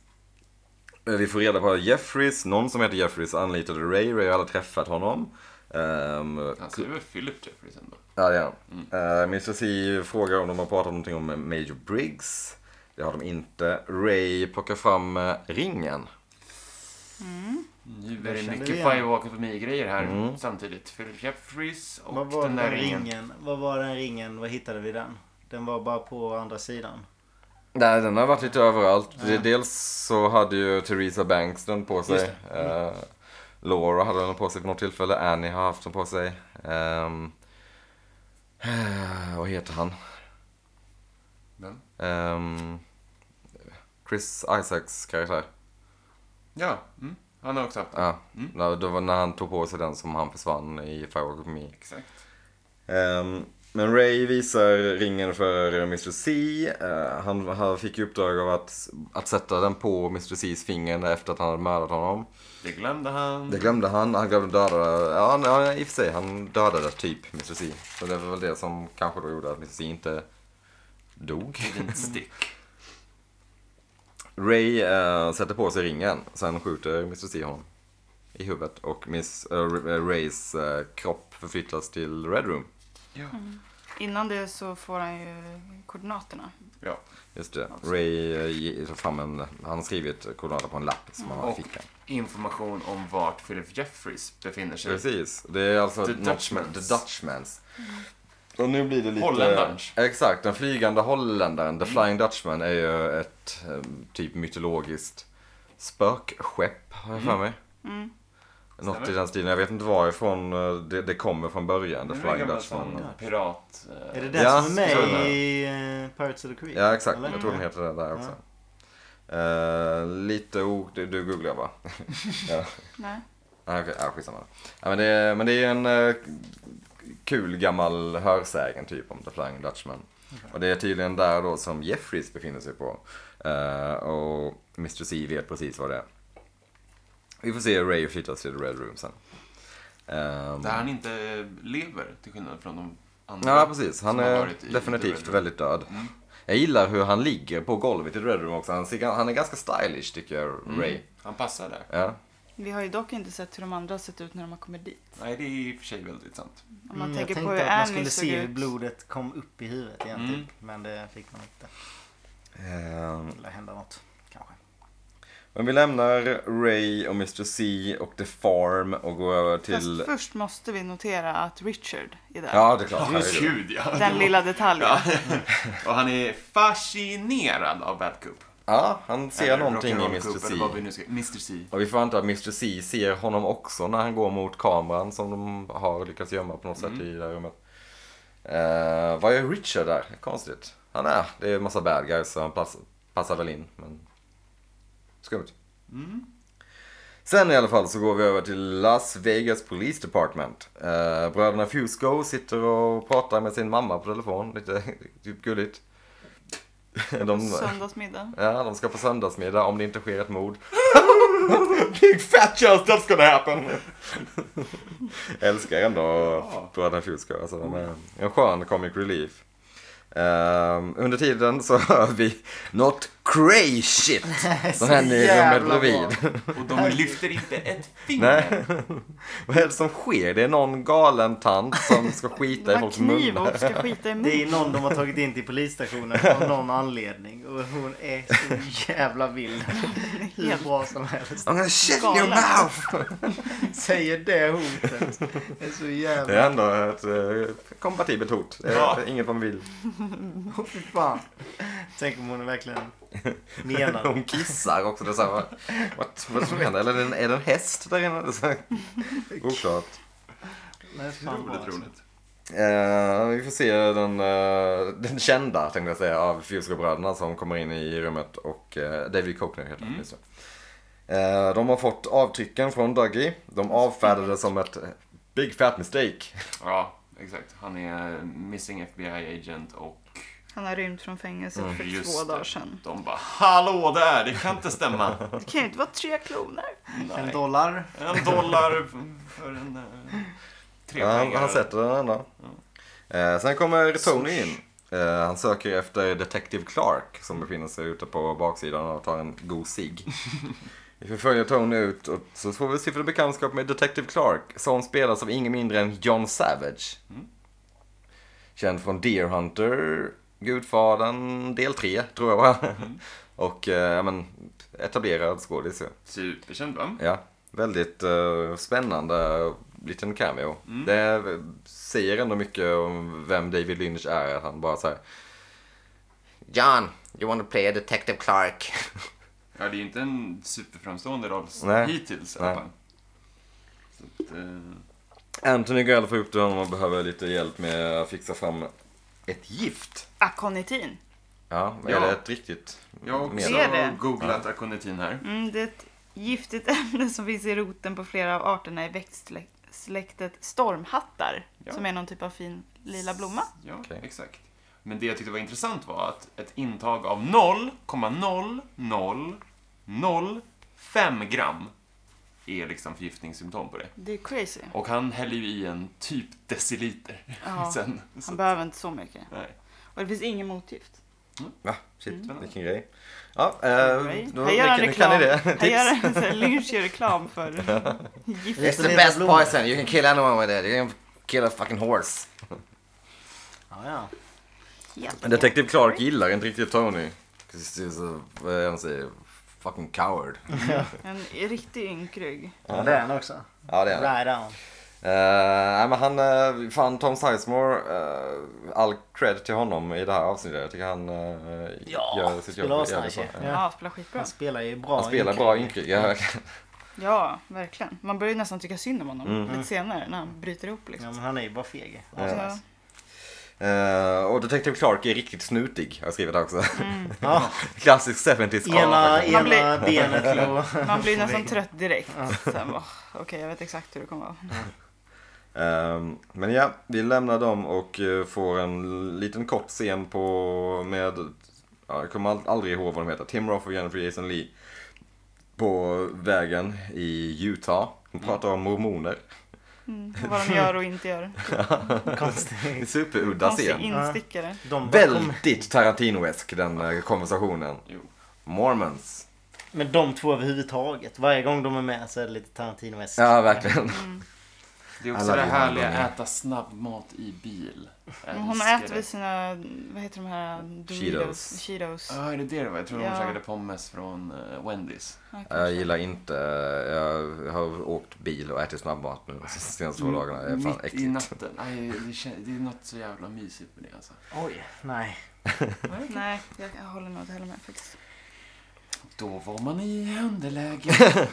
S1: vi får reda på att Jeffries, någon som heter Jeffries anlitade Ray. Ray har aldrig träffat honom. Ehm,
S4: Han ser väl Philip Jeffries ändå.
S1: Ja, det gör de. Eh, Mr. C frågar om de har pratat om någonting om Major Briggs. Det har de inte. Ray plockar fram eh, ringen.
S4: Nu är
S3: Jag
S4: det
S3: känner
S4: mycket
S3: igen.
S4: Fire Walk with Me-grejer här
S1: Mm.
S4: samtidigt. Philip Jeffries och
S3: Vad var
S4: den
S3: den,
S4: där ringen.
S3: ringen? Vad var den ringen? Vad hittade vi den? Den var bara på andra sidan.
S1: Nej, den har varit lite överallt. Det- Dels så hade ju Theresa Banks den på sig. Eh, Laura hade den på sig vid något tillfälle. Annie har haft den på sig. Ehm, eh, vad heter han?
S4: Vem?
S1: Ehm, Chris Isaacs karaktär.
S4: Ja, mm. han har också haft den.
S1: Ja, när- det var när han tog på sig den som han försvann i Firewalk with Me.
S4: Exakt.
S1: Ehm, men Ray visar ringen för Mr. C. Eh, han, han fick i uppdrag av att, att sätta den på Mr. C's finger efter att han hade mördat honom.
S4: Det glömde han.
S1: Det glömde han. Han glömde döda... Ja, han- ja, i och för sig. Han dödade typ Mr. C. Så det var väl det som kanske då gjorde att Mr. C inte dog.
S4: Didn't stick.
S1: Ray eh, sätter på sig ringen. Sen skjuter Mr. C honom i huvudet. Och Miss, eh, Rays eh, kropp förflyttas till Red Room.
S4: Ja.
S2: Innan det så får han ju koordinaterna.
S4: ja.
S1: Just det. Ray eh, ge- tar fram en, han har skrivit koordinater på en lapp som han har i
S4: Och
S1: fickan.
S4: information om vart Philip Jeffries befinner sig.
S1: Precis. Det är alltså
S4: The
S1: något med-
S4: Dutchmans.
S1: The Dutchmans. Och nu blir det lite...
S4: Holländarens.
S1: Exakt, den flygande holländaren, The Flying Dutchman, är ju ett eh, typ mytologiskt spökskepp, har jag för mig. Något i
S4: Mm. Stämmer.
S1: den stilen. Jag vet inte varifrån eh, det, det kommer från början, The
S4: Det är en
S1: Flying
S4: gammal
S1: Dutchman.
S4: sån pirat...
S3: Är
S4: eh,
S3: det den
S1: Ja,
S3: som är
S1: så är
S3: med
S1: det.
S3: i eh, Pirates of the Caribbean?
S1: Ja, exakt.
S3: eller?
S1: Jag tror den heter det där också. Eh, lite o... Du, du googlar va? ja.
S2: Nej.
S1: Nej, okej. Ja, skitsamma. Ja, men, det är, men det är en eh, kul gammal hörsägen typ om The Flying Dutchman. Och det är tydligen där då som Jeffries befinner sig på. Eh, och Mr. C vet precis vad det är. Vi får se Ray flyttas till The Red Room sen. Ehm,
S4: Där han inte lever, till skillnad från de andra.
S1: Ja, precis. Han
S4: som har
S1: är
S4: varit i
S1: definitivt
S4: Red Room. Mm.
S1: väldigt död. Jag gillar hur han ligger på golvet i Red Room också. Han, ser, han är ganska stylish tycker jag, Ray.
S4: Mm. Han passar där.
S1: Ja.
S2: Vi har ju dock inte sett hur de andra har sett ut när de har kommit dit.
S4: Nej, det är i och för sig väldigt sant.
S2: Om man
S3: Mm, jag
S2: tänker på hur
S3: tänkte att man
S2: Annie
S3: skulle
S2: såg
S3: se hur
S2: ut.
S3: blodet kom upp i huvudet igen
S4: Mm.
S3: typ. Men det fick man inte.
S1: Ehm,
S3: Det lär hända något kanske.
S1: Men vi lämnar Ray och Mr. C och The Farm och går över till...
S2: Fast först måste vi notera att Richard är där.
S1: Ja, det är klart.
S4: Just
S1: herregud.
S4: Gud, ja.
S2: Den lilla detaljen.
S4: Ja. Och han är fascinerad av Bad Cup.
S1: Ja, han ser
S4: Eller
S1: någonting i
S4: Rock'n'Roll
S1: Mr.
S4: Cup,
S1: C.
S4: eller vad vi nu ska- Mr. C.
S1: Och vi får anta att Mr. C ser honom också när han går mot kameran som de har lyckats gömma på något sätt i det här rummet. Eh, vad gör Richard där? Konstigt. Han är, det är en massa bad guys så han pass, passar väl in. Men... Skumt. Sen i alla fall så går vi över till Las Vegas Police Department. Eh, bröderna Fusco sitter och pratar med sin mamma på telefon. Lite typ gulligt. De,
S2: Söndagsmiddag.
S1: Ja, de ska på söndagsmiddag om det inte sker ett mord. Big fat chance that's gonna happen! Älskar ändå Bröderna Fusco. Alltså, de är en skön comic relief. Ehm, under tiden så hör vi Not crazy shit! Som händer i rummet
S3: jävla
S1: bredvid.
S4: Och de lyfter inte ett finger.
S1: Nej. Vad är det som sker? Det är någon galen tant som ska skita
S2: Det
S1: i
S2: var
S1: folks
S2: kniv
S1: munnar.
S2: och ska skita i
S3: Det är
S2: mun.
S3: någon de har tagit in till polisstationen av någon anledning. Och hon är så jävla vild. Hur bra som helst.
S1: I'm gonna shit in your
S2: Galen.
S1: mouth!
S3: Säger det hotet. Det är så jävla...
S1: Det är ändå ett eh, kompatibelt hot. Det är
S4: Ja.
S1: inget man vill.
S3: Åh fy fan. Tänk om hon verkligen menar det.
S1: Hon kissar också. Det är så här, vad, vad, vad som händer? Eller är det en, är det en häst där inne? Det är så här, Oklart.
S3: Det är fan bra,
S4: Roligt,
S3: alltså.
S4: roligt.
S1: Eh, vi får se den, eh, den kända, tänkte jag säga, av Fusco-bröderna som kommer in i rummet och eh, David Cockner heter han. just det. Eh, de har fått avtrycken från Dougie. De avfärdades som ett eh, big fat mistake.
S4: Ja, exakt. Han är missing FBI agent och
S2: Han har rymt från fängelset
S3: Mm,
S2: för
S4: just
S2: två dagar
S4: det.
S2: sedan.
S4: De bara Hallå där, det kan inte stämma.
S2: Det kan ju inte vara tre kloner.
S3: En
S4: Nej.
S3: dollar.
S4: En dollar f- för en... eh, Tre
S1: Han,
S4: pengar.
S1: han sätter den ändå. Eh, sen kommer Tony in. Eh, han söker efter Detective Clark som befinner sig ute på baksidan och tar en god cigg. Vi förföljer Tony ut och så får vi stifta bekantskap med Detective Clark som spelas av ingen mindre än John Savage. Känd från Deer Hunter, Gudfadern del 3 tror jag Och eh, ja, men, etablerad skådis. ju.
S4: Superkänd va?
S1: Ja, väldigt eh, spännande liten cameo. Det säger ändå mycket om vem David Lynch är, att han bara säger
S6: John, you want to play Detective Clark?
S4: Ja, det är ju inte en superframstående roll s-
S1: Nej.
S4: hittills i alla
S1: Nej.
S4: fall. Så att, eh,
S1: Anthony går i alla fall upp till honom och behöver lite hjälp med att fixa fram ett gift.
S2: Ah, Aconitin.
S1: Ja, är
S4: Ja.
S1: det ett riktigt
S4: jag har också
S2: Det är det.
S4: googlat aconitin här.
S2: Mm, det är ett giftigt ämne som finns i roten på flera av arterna i växtsläktet stormhattar.
S4: Ja.
S2: Som är någon typ av fin lila blomma.
S4: Ja,
S1: Okej.
S4: exakt. Men det jag tyckte var intressant var att ett intag av 0,0005 gram är liksom förgiftningssymptom på det.
S2: Det är crazy.
S4: Och han häller ju i en typ deciliter
S2: Ja,
S4: sen.
S2: Han
S4: Så,
S2: behöver inte så mycket.
S4: nej.
S2: Och det finns ingen motgift.
S1: Va? Shit, vilken grej. Ja, eh, då,
S2: Här gör han
S1: nu kan ni
S2: reklam.
S1: det.
S2: Här
S1: Tips.
S2: gör han så här, Lynch gör reklam för gift.
S6: It's the
S3: Lilla
S6: best
S3: blomma.
S6: poison. You can kill anyone with it. You can kill a fucking horse.
S3: Ja, ja.
S1: Detective Clark gillar inte riktigt Tony. 'Cause he's a, vad är det han säger, fucking coward.
S2: En riktig ynkrygg.
S3: ja det är han också.
S1: Ja, det är han.
S3: Right on.
S1: Eh, nej, men han, eh, fan Tom Sizemore, eh, all cred till honom i det här avsnittet. Jag tycker han eh, gör sitt jobb
S3: spelar
S1: jävligt
S3: asnice
S1: bra.
S3: ju.
S1: Ja.
S2: Ja, spelar skitbra.
S3: Han spelar ju bra.
S1: Han spelar
S3: inkrig.
S1: bra inkrig. Ja,
S2: Ja, verkligen. Man börjar ju nästan tycka synd om honom
S1: Mm.
S2: lite senare när han bryter ihop
S3: Ja,
S2: liksom.
S3: men han är ju bara feg.
S2: Ja.
S1: Eh, och Detective Clark är riktigt snutig, har jag skrivit här också.
S3: Ja,
S1: Klassisk 70s
S3: ena,
S1: karl.
S2: Man blir-
S3: ena benet låg.
S2: Man blir nästan trött direkt. Sen bara, Okej, jag vet exakt hur det kommer vara.
S1: Ehm, Men ja, vi lämnar dem och eh, får en liten kort scen på med, ja, jag kommer al- aldrig ihåg vad de heter, Tim Roth och Jennifer Jason Lee. På vägen i Utah. De pratar om mormoner.
S2: Och Mm, vad de gör och inte gör.
S7: En
S3: Konstigt.
S7: superudda
S2: Konstig
S7: scen.
S2: instickare.
S3: De bara kom,
S1: Väldigt Tarantino-esk den eh, konversationen.
S4: Jo.
S1: Mormons.
S3: men de två överhuvudtaget. Varje gång de är med så är det lite tarantino
S1: Ja, verkligen.
S4: Det är också
S1: Alla
S4: det
S1: vill
S4: härliga,
S1: ha det.
S4: äta snabbmat i bil. Jag
S2: Men hon
S4: älskar
S2: äter
S4: det.
S2: väl sina, vad heter de här? Doritos?
S1: Cheetos.
S2: Cheetos.
S4: Ja, är det det det var? Jag tror
S2: Ja.
S4: hon käkade pommes från eh, Wendy's.
S1: Jag gillar inte, jag har åkt bil och ätit snabbmat nu de senaste
S2: Mm.
S1: två dagarna. Det är fan
S4: Mitt i
S1: äckligt.
S4: natten. Nej, det, kän- det är något så jävla mysigt med det alltså.
S3: Oj, nej.
S2: Nej, jag jag håller nog inte heller med faktiskt.
S4: Då var man i underläge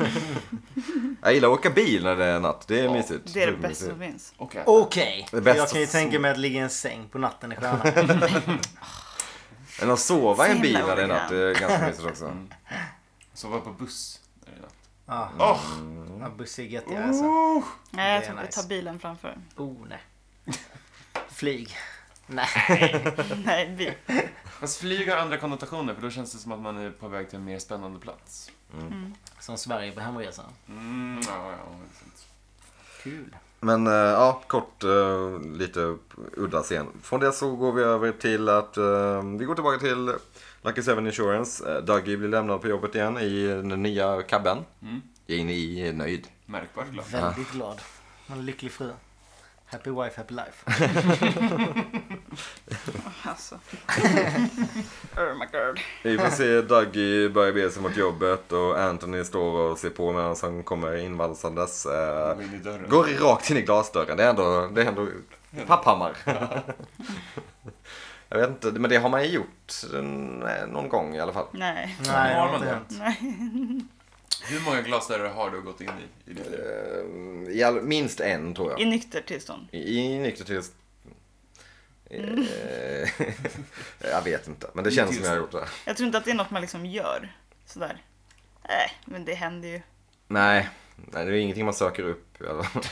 S1: Jag gillar att åka bil när det är natt, det är mysigt.
S2: Det är det
S1: Supermysigt.
S2: bästa som finns.
S4: och äta.
S3: Okej.
S1: Det bästa
S3: Jag kan ju
S1: så-
S3: tänka mig att ligga i en säng på natten i stjärnan.
S1: Men att sova i en
S2: Så
S1: bil
S2: himla
S1: när det är natt, det är ganska mysigt också.
S4: Sova på buss. när det är natt.
S3: Ja,
S4: Åh!
S3: Ah. ja, bussig gött jag är så.
S2: Nej, jag
S3: Det är
S2: tror jag
S3: nice.
S2: tar bilen framför.
S3: Oh, nej. Flyg. Nej.
S2: Nej, bil.
S4: Fast flyg har andra konnotationer för då känns det som att man är på väg till en mer spännande plats.
S3: Som Sverige på hemresan.
S4: Mm, ja, ja, ja, det är sant.
S3: Kul.
S1: Men eh, ja, kort, eh, lite udda scen. Från det så går vi över till att eh, vi går tillbaka till Lucky Seven Insurance. Eh, Dougie blir lämnad på jobbet igen i den nya cabben.
S4: Mm.
S1: Gini är nöjd.
S4: Märkbart glad.
S3: Väldigt glad. Man är lycklig fru. Happy wife, happy life.
S2: Alltså. oh my god.
S1: Vi får se Dougie börja bege sig mot jobbet och Anthony står och ser på medan han kommer invalsandes. Eh,
S4: Gå in i dörren.
S1: Går rakt in i glasdörren. Det är ändå, det är ändå Papphammar. Jag vet inte, men det har man ju gjort eh, någon gång i alla fall.
S2: Nej.
S3: Nej, det
S4: Har
S3: har
S4: man
S3: inte
S4: det?
S3: hänt.
S4: Hur många glasdörrar har du gått in i? i ditt liv?
S1: Eh, I all, minst en tror jag.
S2: I nykter tillstånd.
S1: I, i nykter tills... Eh, jag vet inte, men det
S4: I
S1: känns som jag har
S4: tillstånd.
S1: gjort det.
S2: Jag tror inte att det är något man liksom gör. Sådär. Nej, men det händer ju.
S1: Nej, nej, det är ingenting man söker upp. i alla fall.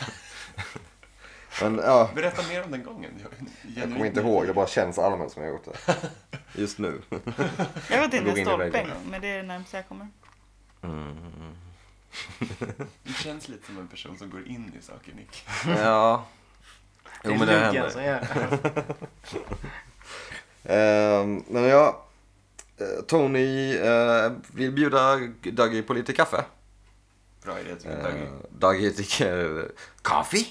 S1: men ja,
S4: Berätta mer om den gången. Jag,
S1: jag
S4: genuint
S1: kommer inte ihåg. Det bara känns allmänt som jag har gjort det. Just nu.
S2: Jag har gått in i
S1: Går in
S2: en
S1: i
S2: stolpe
S1: väggen.
S2: en gång, men det är det närmaste jag kommer.
S3: Mm.
S4: Du känns lite som en person som går in i saker, Nick.
S1: Ja.
S3: Det
S1: Jo,
S3: är
S1: men det
S3: luggen
S1: händer.
S3: som gör det.
S1: Ehm, men ja, eh, Tony eh, vill bjuda Dougie på lite kaffe.
S4: Bra idé, tycker jag.
S1: Uh,
S4: Dagge.
S1: Dougie tycker, kaffe?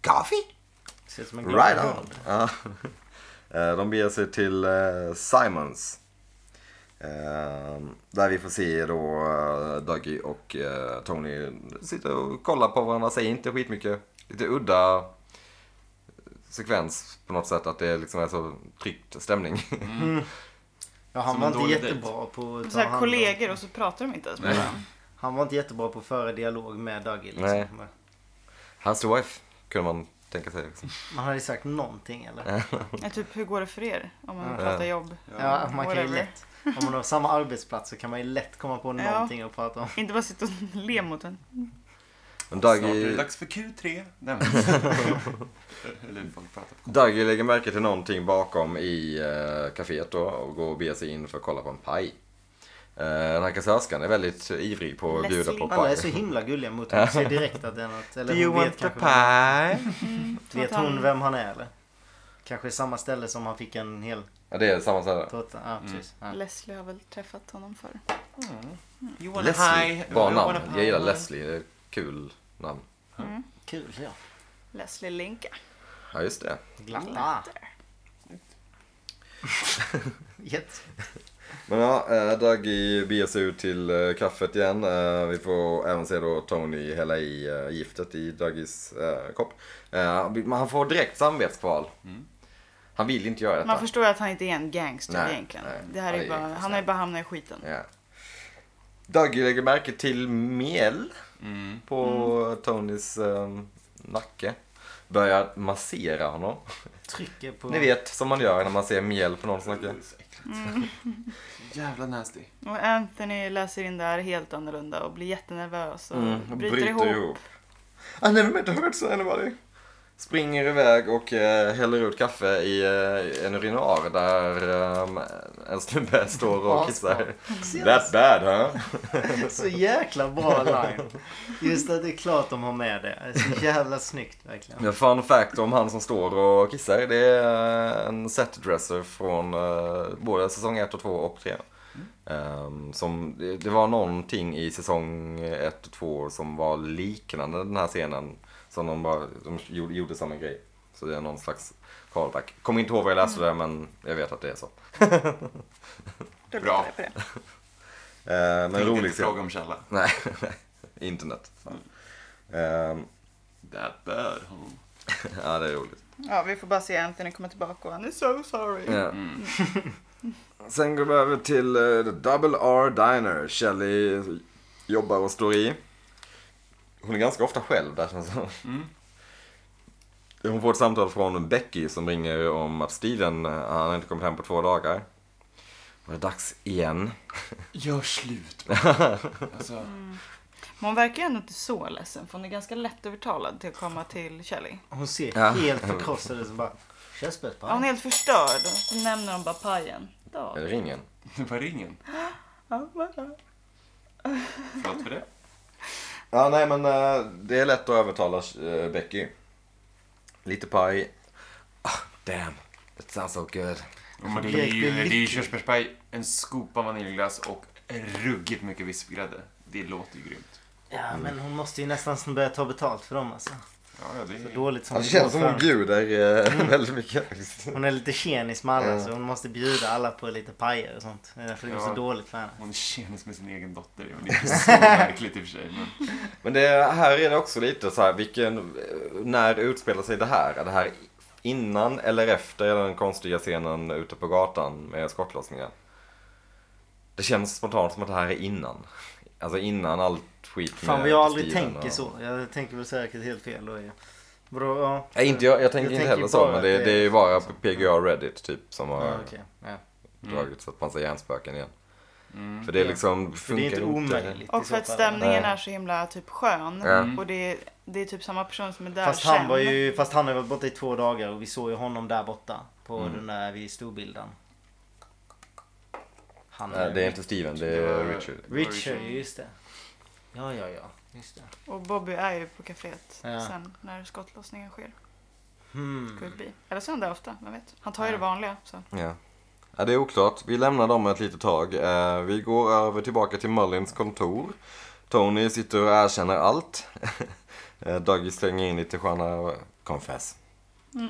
S1: Kaffe?
S3: Ser ut som en glad
S1: Right on! Ja. Eh, De beger sig till eh, Simons. Ehm, Där vi får se då eh, Dougie och eh, Tony sitter och kollar på varandra, säger inte skitmycket. Lite udda eh, sekvens på något sätt, att det liksom är så tryckt stämning.
S3: Ja, han
S4: Som
S3: var
S4: en
S3: inte
S4: dålig dejt.
S3: jättebra på att
S2: Så
S3: ta
S2: här,
S3: hand om.
S2: kollegor och så pratar de inte ens med varandra.
S3: Han var inte jättebra på att föra dialog med Dougie.
S1: Nej.
S3: Liksom.
S1: Hans the wife kunde man tänka sig. Liksom.
S3: Man hade ju sagt någonting eller?
S2: Ja, Typ, hur går det för er? Om man pratar jobb.
S3: Ja, man kan ju
S2: whatever.
S3: lätt. Om man har samma arbetsplats så kan man ju lätt komma på
S2: Ja.
S3: någonting att prata om.
S2: Inte bara sitta och le mot en.
S1: Men
S4: Snart är det
S1: Dougie,
S4: dags för Q3. Nej, men- Eller hur folk pratar.
S1: Dougie lägger märke till någonting bakom i eh, kaféet då och går och beger sig in för att kolla på en paj. Eh, den här kassörskan är väldigt ivrig på att bjuda på
S2: Läskig.
S1: paj.
S3: Alla är så himla gulliga mot honom. Ser direkt att det är något.
S1: Do
S3: Eller
S1: you
S3: hon vet
S1: want a
S3: kanske.
S1: pie?
S3: Vet hon vem han är eller? Kanske samma ställe som han fick en hel
S1: Ja, det är samma ställe.
S3: tårta. Ja,
S1: Mm.
S3: precis. Ja.
S2: Leslie har väl träffat honom förr.
S4: You
S1: Leslie, bra
S4: You
S1: namn.
S4: wanna
S1: Jag gillar
S4: high?
S1: Leslie, det är kul namn.
S3: Kul ja.
S2: Leslie Linka.
S1: Ja, just det.
S3: Glatta. Jätte.
S1: Men ja, eh, Dougie beger sig ut till eh, kaffet igen. Eh, vi får även se då Tony hälla i eh, giftet i Dougies eh, kopp. Eh, men han får direkt samvetskval. Han vill inte göra detta.
S2: Man förstår ju att han inte är en gangster
S1: Nej,
S2: egentligen.
S1: nej.
S2: det här är
S1: Nej,
S2: ju bara,
S1: egentligen
S2: han har ju bara hamnat i skiten.
S1: Ja. Dougie lägger märke till mjäll på Tonys eh, nacke. Börjar massera honom.
S3: Trycker på...
S1: Ni vet som man gör när man ser mjäll på någons nacke.
S4: Jävla nasty.
S2: Och Anthony läser in det här helt annorlunda
S1: Mm,
S2: och blir jättenervös och
S1: Och
S2: bryter, ihop.
S1: Ah, I never meant to hurt anybody. Springer iväg och eh, häller ut kaffe i eh, en urinoar där eh, en snubbe står och kissar. That bad, huh?
S3: Så jäkla bra line. Just att det är klart de har med det. det är så jävla snyggt verkligen.
S1: Men fun fact om han som står och kissar, det är eh, en setdresser från eh, både säsong 1 och 2 och 3. Ehm, som, det, det var någonting i säsong 1 och 2 som var liknande den här scenen. Som de, bara, de gjorde, gjorde samma grej. Så det är någon slags callback. Kommer inte ihåg vad jag läste där men jag vet att det är så.
S8: Då
S4: Bra.
S8: litar vi på det.
S1: Ehm, men
S4: Tänkte
S1: rolig
S4: inte fråga
S1: scen.
S4: om källa.
S1: Nej, nej, internet. Fan. Ehm,
S4: That bad. huh?
S1: ja, det är roligt.
S8: Ja, vi får bara se Anthony komma tillbaka och han är so sorry.
S1: Ja. Sen går vi över till eh, The Double R Diner. Shelly jobbar och står i. Hon är ganska ofta själv där känns det som. Hon får ett samtal från Becky som ringer om att Steven, eh, han har inte kommit hem på två dagar. Och det är dags igen.
S4: Gör slut. Alltså,
S2: Mm. Men hon verkar ju ändå inte så ledsen för hon är ganska lättövertalad till att komma till Kelly.
S3: Hon ser
S1: Ja.
S3: helt förkrossad ut. så bara, Körs bäst
S2: Ja,
S3: på
S2: hon
S3: han."
S2: är helt förstörd. Och Så nämner hon bara pajen. Då.
S1: Är det ringen?
S4: det var ringen.
S2: Ja, va, va.
S4: Förlåt för det.
S1: Ja, nej men eh, det är lätt att övertala eh, Becky. Lite paj. Ah, damn, it sounds so good.
S4: Ja, men det är
S3: Direkt
S4: ju, det är ju
S3: lycklig.
S4: körsbärspaj, en skopa vaniljglass och ruggigt mycket vispgrädde. Det låter ju grymt.
S3: Ja men hon måste ju nästan börja ta betalt för dem alltså.
S4: Ja, ja, det är...
S3: Dåligt som
S1: Ja, det känns som
S3: går
S1: hon
S3: för henne.
S1: bjuder
S3: Mm.
S1: eh, väldigt mycket. faktiskt.
S3: Hon är lite tjenis med alla
S1: Ja.
S3: så hon måste bjuda alla på lite pajer och sånt. Det är därför det går
S4: Ja.
S3: så dåligt för henne.
S4: Hon känns med sin egen dotter. ja, men Det är inte så märkligt i och för sig. Men...
S1: Men det, här är det också lite så här, vilken, eh, när utspelar sig det här? Är det här innan eller efter den konstiga scenen ute på gatan med skottlossningen? Det känns spontant som att det här är innan. Alltså innan allt skit
S3: Fan vad jag aldrig
S1: stilen
S3: tänker
S1: och-
S3: så. Jag tänker väl säkert helt fel då. Bro, ja.
S1: Nej, inte jag, jag tänker inte heller så,
S3: bara
S1: men
S3: att
S1: det, det är ju bara PGA och Reddit typ som har
S3: Ja, okej. Mm. ja.
S1: dragits att man ser hjärnspöken igen.
S4: Mm,
S1: För det är liksom,
S3: För det är
S1: funkar
S3: inte omöjligt i
S2: Och för
S3: så
S2: att
S3: fall.
S2: stämningen
S1: Nej.
S2: är så himla typ skön.
S1: Ja.
S2: Och det är, det är typ samma person som är där
S3: Mm. Fast
S2: sen.
S3: han var ju fast han har varit borta i två dagar och vi såg ju honom där borta. På
S1: Mm.
S3: den där vid storbilden. Han
S1: Nej, det är inte Steven, det
S4: Det
S1: är
S4: var-
S1: Richard.
S3: Richard, just det. Ja, ja, ja. Just det.
S2: Och Bobby är ju på kaféet
S3: Ja.
S2: sen när skottlossningen sker.
S1: Mm.
S3: Hmm.
S2: Could be. Eller så är han där ofta, vem vet. Han tar ju det vanliga. Så.
S1: Ja. ja, det är oklart. Vi lämnar dem ett litet tag. Eh, vi går över tillbaka till Mullins kontor. Tony sitter och erkänner allt. Eh, Dougie slänger in lite sköna confess. Mm.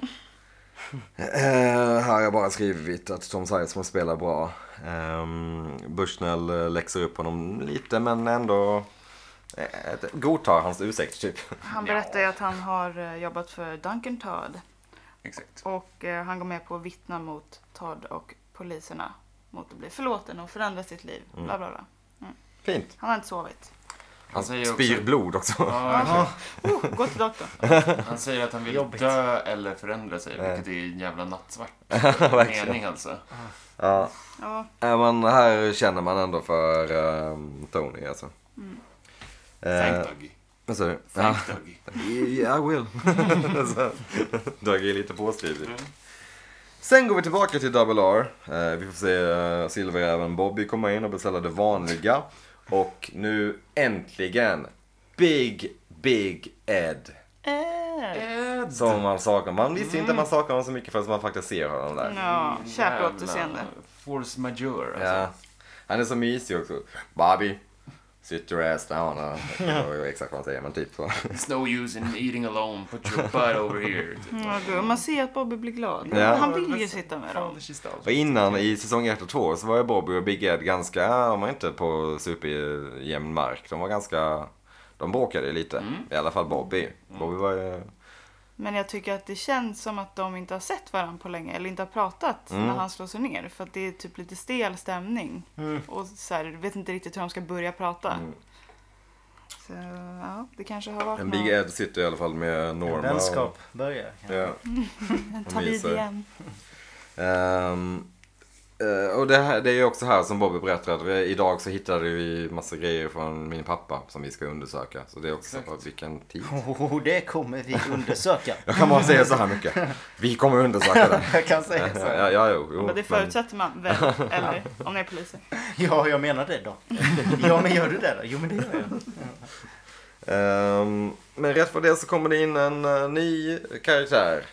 S1: Eh, här har jag bara skrivit att Tom Sizemore spelar bra. Um, Bushnell eh, läxar upp honom lite men ändå eh, godtar hans ursäkt typ.
S2: Han berättar ju att han har eh, jobbat för Duncan Todd.
S4: Exakt.
S2: Och eh, han går med på att vittna mot Todd och poliserna. Mot att bli förlåten och förändra sitt liv.
S1: Mm.
S2: Bla, bla, bla.
S1: Fint.
S2: Han har inte sovit.
S1: Han
S4: säger också-
S1: spyr blod också.
S4: Ja,
S2: Oh, gå till doktorn.
S4: han säger att han vill
S3: Jobbigt.
S4: dö eller förändra sig, vilket är en jävla nattsvart
S1: Verkligen.
S4: mening alltså.
S1: Ja.
S2: Ja,
S1: Ja, men här känner man ändå för ehm, Tony alltså. Mm.
S4: Thank Dougie.
S1: vad sa du? Ja.
S4: Thank Dougie.
S1: Yeah, I will. Så, Doug är lite påstridig. Sen går vi tillbaka till Double R. Eh, vi får se uh, Silverräven Bobby komma in och beställa det vanliga. Och nu äntligen Big Big Ed.
S2: Eh.
S1: Som man saknar. Man visste inte att man saknar honom så mycket förrän man faktiskt ser honom där.
S2: ja kärt
S4: Jävla
S2: återseende.
S4: Force majeure alltså.
S1: Ja. Han är så mysig också. Bobby, sit your ass down. Ja, Jag vet inte exakt vad han säger, men typ så.
S4: It's no use in eating alone, put your butt over here.
S2: Ja, gud, man ser att Bobby blir glad.
S1: Mm. Ja.
S2: Mm. Han vill ju sitta med dem.
S1: Och innan i säsong 1 och 2 så var ju Bobby och Big Ed ganska, de var inte på superjämn mark. De var ganska, de bråkade lite. I alla fall Bobby. Bobby var ju,
S2: Men jag tycker att det känns som att de inte har sett varandra på länge. Eller inte har pratat
S1: Mm.
S2: när han slår sig ner. För att det är typ lite stel stämning.
S3: Hmm.
S2: Och så här, vet inte riktigt hur de ska börja prata.
S1: Mm.
S2: Så ja, det kanske har varit
S1: men Big
S2: någon-
S1: Ed sitter i alla fall med Norma. och-
S3: Vänskap börjar. kanske.
S1: Ja.
S2: Ta
S1: de
S2: vid
S1: visar.
S2: igen.
S1: Ehm, Eh, och det, här, det är ju också här som Bobby berättar att vi, idag så hittade vi massa grejer från min pappa som vi ska undersöka. Så det är också bara, vilken tid.
S3: Oh, det kommer vi undersöka.
S1: Jag kan bara säga så här mycket. Vi kommer undersöka det.
S3: Jag kan säga så.
S1: Ja, ja, jo, jo,
S2: Alltså. Men det
S1: men-
S2: förutsätter man väl? Eller om ni är poliser.
S3: Ja, jag menar det då. Ja, men gör du det då? Jo, men det gör jag.
S1: Ehm, men rätt på det så kommer det in en eh, ny karaktär.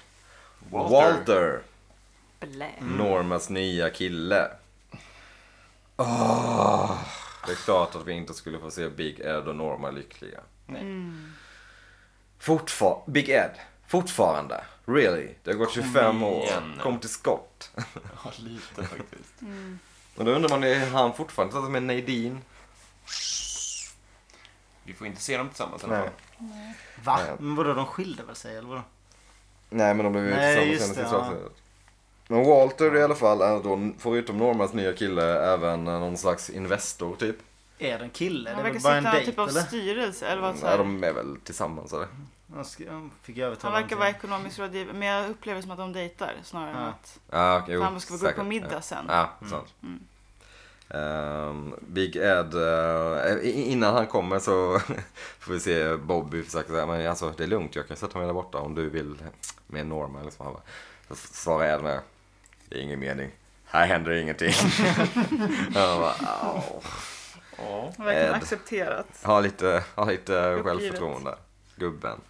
S1: Walter.
S2: Blä.
S1: Normas nya kille. Oh, det är klart att vi inte skulle få se Big Ed och Norma lyckliga.
S2: Mm.
S1: Fortfar- Big Ed, fortfarande. Really? Det har gått 25 år.
S4: igen.
S1: Kom till skott.
S4: Ja, lite faktiskt.
S1: Men då undrar man, är han fortfarande tillsammans med Nadine?
S4: Vi får inte se dem tillsammans i alla
S1: Nej.
S4: fall.
S3: Va?
S1: Ja.
S3: Men vadå, de skilde väl sig eller vadå?
S1: Nej, men de blev ju
S3: Nej,
S1: tillsammans
S3: just
S1: senast i
S3: det,
S1: sista
S3: ja.
S1: avsnittet. Men Walter i alla fall är då, förutom Normans nya kille, även eh, någon slags investor typ.
S3: Är det en kille?
S2: Han
S3: det
S2: verkar
S3: är väl bara en
S2: sitta
S3: dejt
S2: typ av
S3: eller?
S2: styrelse eller vad så
S1: Nej,
S2: här.
S1: Mm, de är väl tillsammans eller?
S3: Han sk- han fick övertala
S2: Han verkar vara
S3: någonting.
S2: ekonomisk rådgivare. Men jag upplever som att de dejtar snarare än
S3: Ja.
S2: att
S1: Ja, okej, jo,
S2: för han ska gå
S1: säkert.
S2: på middag Mm.
S1: Ja.
S2: sen.
S1: Ja, sant. Ehm, Big Ed, eh, i- innan han kommer så får vi se Bobby försöka säga, men alltså det är lugnt, jag kan sätta mig där borta om du vill med Norma eller så. Han bara, Så svarar Ed med, det är ingen mening, här händer ingenting. Han bara, "Au."
S4: Ja.
S2: Han verkar
S1: Ed.
S2: accepterat.
S1: ha lite, ha lite självförtroende, gubben.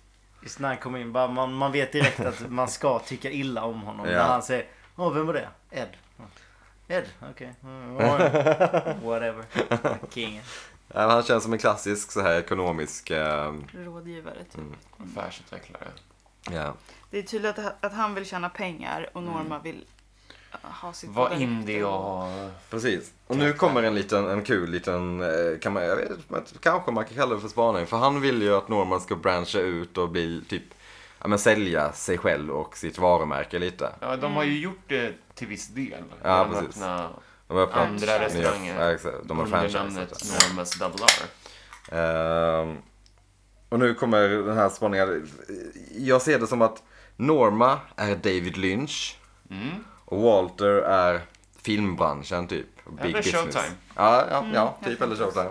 S3: Just när han kom in, bara, man, man vet direkt att man ska tycka illa om honom.
S1: Ja.
S3: När han säger, åh vem var det? Ed. Ja. Ed, okej. Mm, ja, ja. Whatever. Kingen.
S1: Ja, men Äh, Han känns som en klassisk så här ekonomisk, ehm,
S2: Rådgivare typ.
S4: Affärsutvecklare.
S1: ja.
S2: Det är tydligt att, att han vill tjäna pengar och Norma vill äh, ha sitt
S4: Var
S2: ordentligt.
S4: indie och...
S1: Precis. Och nu kommer en liten, en kul liten, eh, kan man, jag vet inte, men kanske man kan kalla det för spaning. För han vill ju att Norman ska branscha ut och bli typ, ja men sälja sig själv och sitt varumärke lite.
S4: Ja, de har ju gjort det till viss del.
S1: Ja,
S4: de
S1: precis.
S4: öppna
S1: De har öppnat
S4: Andra restauranger.
S1: Ja, exakt. De har
S4: under
S1: franchisat.
S4: namnet Normas Double R.
S1: Ehm, och nu kommer den här spaningen. Jag ser det som att Norma är David Lynch.
S4: Mm.
S1: Och Walter är filmbranschen typ. och
S4: Eller Showtime.
S1: Ja,
S2: Mm,
S1: ja, ja typ eller Showtime.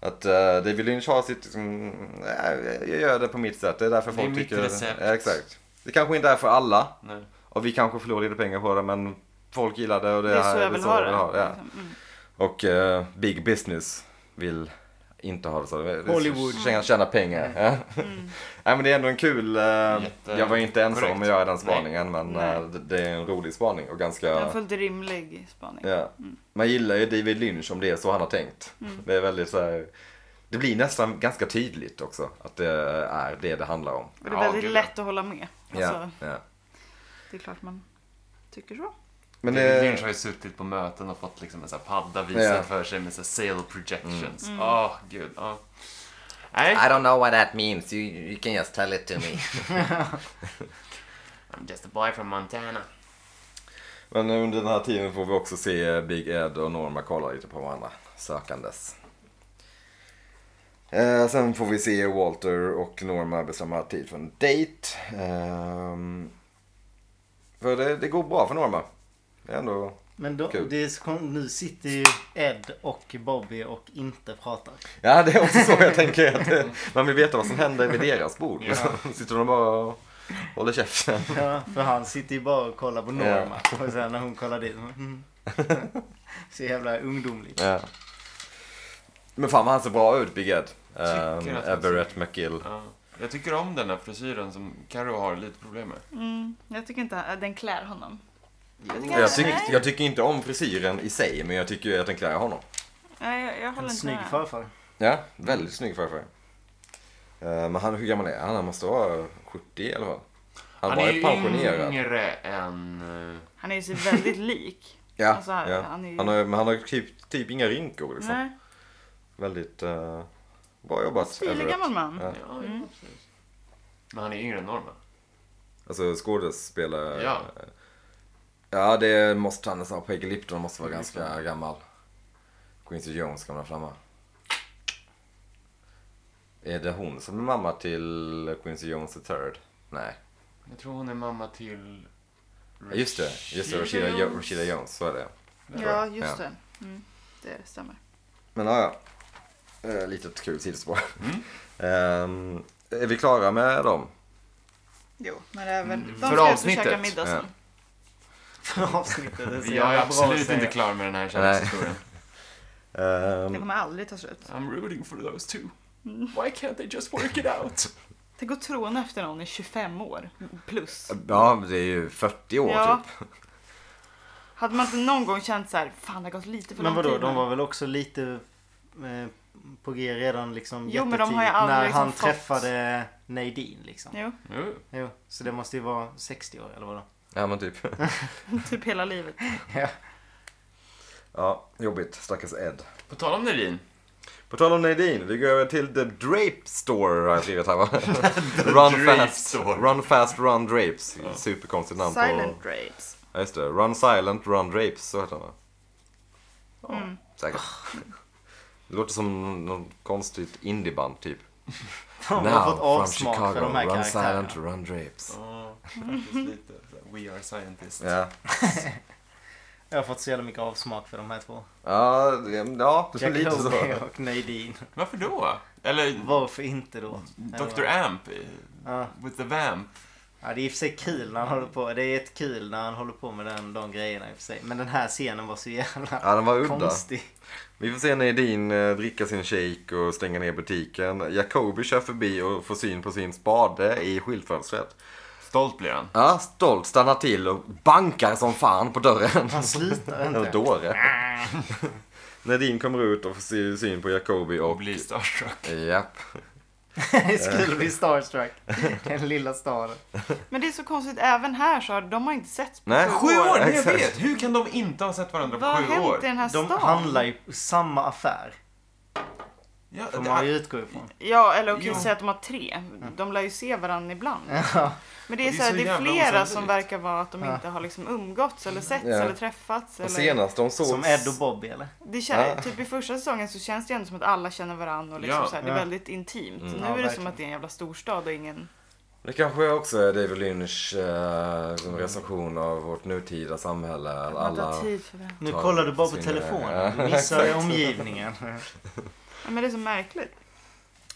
S1: Att eh, David Lynch har sitt, liksom, äh, jag gör det på mitt sätt. Det är därför
S4: Det är
S1: folk
S4: mitt
S1: tycker...
S4: recept.
S1: Ja, exakt. Det kanske inte är för alla.
S4: Nej.
S1: Och vi kanske förlorar lite pengar på det men folk gillar det och det,
S2: Det är så jag vill ha det.
S1: Ja.
S2: Liksom, mm.
S1: Och eh, Big Business vill inte ha det så. Det är-
S3: Hollywood.
S1: Tjäna, tjäna pengar. Ja. Nej men det är ändå en kul, eh,
S4: Jätte-
S1: jag var inte ensam om att
S4: korrekt.
S1: göra den
S4: Nej.
S1: spaningen men
S2: Nej.
S1: eh, det- det är en rolig spaning och
S2: Det är En
S1: ganska,
S2: fullt rimlig spaning.
S1: ja. man gillar ju David Lynch om det är så han har tänkt. Det är väldigt så här, det blir nästan ganska tydligt också att det är det det handlar om.
S2: Och det
S4: Ja,
S2: är väldigt
S4: gud, ja.
S2: lätt att hålla med.
S1: Ja,
S2: Alltså,
S1: ja.
S2: Det är klart man tycker så.
S1: Men
S4: David
S1: det,
S4: Lynch har ju suttit på möten och fått liksom en sån här padda visad
S1: Ja.
S4: för sig med så här sale projections.
S2: Mm.
S4: Åh, gud. ja. Nej,
S9: I don't know what that means. You, you can just tell it to me.
S4: I'm just a boy from Montana.
S1: men under den här tiden får vi också se Big Ed och Norma kolla lite på varandra sökandes. Eh, sen får vi se Walter och Norma bestämma tid för en dejt. Ehm, för det, det går bra för Norma. Det är ändå...
S3: Men då,
S1: Kul.
S3: det är så, kon- nu sitter ju Ed och Bobby och inte pratar.
S1: Ja, det är också så jag tänker. Att, eh, man vill veta vad som händer vid deras bord. Sitter de bara och håller käften.
S3: Ja, för han sitter ju bara och kollar på Norma. Och sen när hon kollar dit. Mm. Så jävla ungdomligt.
S1: Ja. Men fan vad han ser bra ut, Big Ed.
S4: Tycker
S1: Ehm,
S4: att han
S1: Everett McGill.
S4: Ja. Jag tycker om den här frisyren som Karo har lite problem med.
S2: Mm, jag tycker inte äh, den klär honom. Jag tycker,
S1: Jag, tyck,
S2: nej,
S1: jag tycker inte om frisyren i sig, men jag tycker ju att den klär honom.
S2: nej, jag, jag håller
S3: En
S2: inte
S3: snygg
S2: med.
S3: farfar.
S1: Ja, väldigt snygg farfar. Eh, Men han, hur gammal är han? Han måste vara 70 i alla fall. Han, var
S4: är
S1: ju pensionerad.
S4: yngre än... eh,
S2: Han är ju så väldigt lik.
S1: Ja,
S2: Alltså, han-
S1: ja.
S2: han är ju-
S1: Han har, men han har typ, typ inga rynkor liksom.
S2: Nej,
S1: Väldigt eh, bra jobbat.
S2: stilig
S1: Everett.
S2: gammal man.
S1: Ja.
S4: Ja, ja, precis. Men han är yngre än Norman.
S1: Alltså skådespelare.
S4: Ja.
S1: Ja, det måste han ha. Peggy Lipton måste vara ganska gammal. Quincy Jones gamla flamma. Är det hon som är mamma till Quincy Jones the third? Nej.
S4: Jag tror hon är mamma till
S1: Ja, Just det, just det. Rashida, Jo- Rashida Jones, så är det.
S2: Ja, just
S1: Ja.
S2: det. Mm, det stämmer.
S1: Men ja, ja. Eh, litet kul sidospår.
S2: Mm.
S1: Ehm, är vi klara med dem?
S2: Jo, men det är väl... De
S4: för
S2: ska ut och
S4: avsnittet.
S2: käka middag sen.
S3: För avsnittet är så
S4: Jag är
S3: jävla bra att
S4: absolut inte
S3: säga.
S4: klar med den här kärlekshistorien.
S1: Ehm,
S2: Det kommer aldrig ta slut.
S4: I'm rooting for those two. Why can't they just work it out?
S2: Tänk att trona efter någon i 25 år plus.
S1: ja, men Mm. det är ju 40 år
S2: Ja.
S1: typ.
S2: Hade man inte någon gång känt så här, fan det har gått lite för lång
S3: Men vadå,
S2: tid.
S3: de
S2: nu."
S3: var väl också lite eh, på G redan liksom
S2: Jo, men de har ju
S3: jättetidigt
S2: aldrig
S3: när
S2: liksom
S3: han
S2: fått-
S3: träffade Nadine liksom.
S2: Jo,
S4: Jo,
S3: Jo, så det måste ju vara 60 år eller vadå?
S1: Ja, men typ.
S2: typ hela livet.
S1: Ja, jobbigt. Stackars Ed.
S4: På tal om Nerin.
S1: På tal om Nadine, vi går över till The Drape Store har jag skrivit här va? run
S4: Drape
S1: fast,
S4: Store.
S1: run fast, run drapes. Superkonstigt namn
S2: Silent
S1: på...
S2: rapes.
S1: Ja, just det. Run silent, run drapes, så heter den va? Ja, säkert.
S3: Ah.
S1: Det låter som någon konstigt indieband typ.
S3: De har fått avsmak för de här
S1: run
S3: karaktärerna.
S1: silent, run drapes.
S4: Ja, faktiskt lite. We are scientists.
S1: Ja,
S3: Jag har fått så jävla mycket avsmak för de här två.
S1: ja, det- ja det är
S3: Jack
S1: lite så.
S3: Hope och Nadine.
S4: Varför då? Eller
S3: Varför inte då?
S4: Dr.
S3: Eller-
S4: Amp eh,
S3: Ja.
S4: with the vamp.
S3: Ja, det är i och för sig kul när han håller på. Det är ett kul när han håller på med den, de grejerna i och för sig. Men den här scenen var så jävla
S1: Ja, den var udda.
S3: konstig.
S1: Vi får se Nadine eh, dricka sin shake och stänga ner butiken. Jacobi kör förbi och får syn på sin spade i skyltfönstret.
S4: Stolt blir han.
S1: Ja, stolt stannar till och bankar som fan på dörren.
S3: Han slutar
S1: Eller
S3: inte.
S1: dåre. Nadine kommer ut och får se- syn på Jacobi
S4: Och
S1: och...
S4: blir starstruck.
S1: Japp.
S3: Det skulle bli starstruck. Den lilla staden.
S2: Men det är så konstigt, även här så har de har inte sett på
S1: Nej,
S2: sju
S4: Sju år, jag
S1: Exakt.
S4: vet! Hur kan de inte ha sett varandra
S2: Vad har
S4: på sju
S2: hänt i
S4: år?
S2: den här
S3: De
S2: stan?
S3: handlar ju i samma affär.
S4: Ja, ah,
S3: Får
S4: det-
S3: man ju utgå ifrån.
S2: Ja, eller okej,
S4: Jo.
S2: säg att de har tre. De lär ju se varandra ibland.
S3: Ja.
S2: Men det är,
S4: Det är
S2: så här,
S4: så
S2: det är
S4: jävla
S2: flera som
S4: osannolikt.
S2: verkar vara att de inte har liksom umgåtts eller setts
S1: Ja.
S2: eller träffats. Eller...
S1: Och senast de sågs...
S3: Som Ed och Bobby eller?
S2: Det kän... Typ i första säsongen så känns det ändå som att alla känner varandra och liksom
S4: Ja.
S2: så här, det är
S3: Ja.
S2: väldigt intimt.
S1: Mm.
S2: Nu
S3: Ja,
S2: är det som
S3: verkligen.
S2: att det är en jävla storstad och ingen...
S1: Det kanske också är David Lynch eh, som recension av vårt nutida samhälle.
S2: Man
S1: Alla...
S2: tar tid för varandra.
S3: Nu
S1: Ta-
S3: kollar du bara på
S1: försvinner.
S3: telefonen. Du missar omgivningen.
S2: Ja, men det är så märkligt.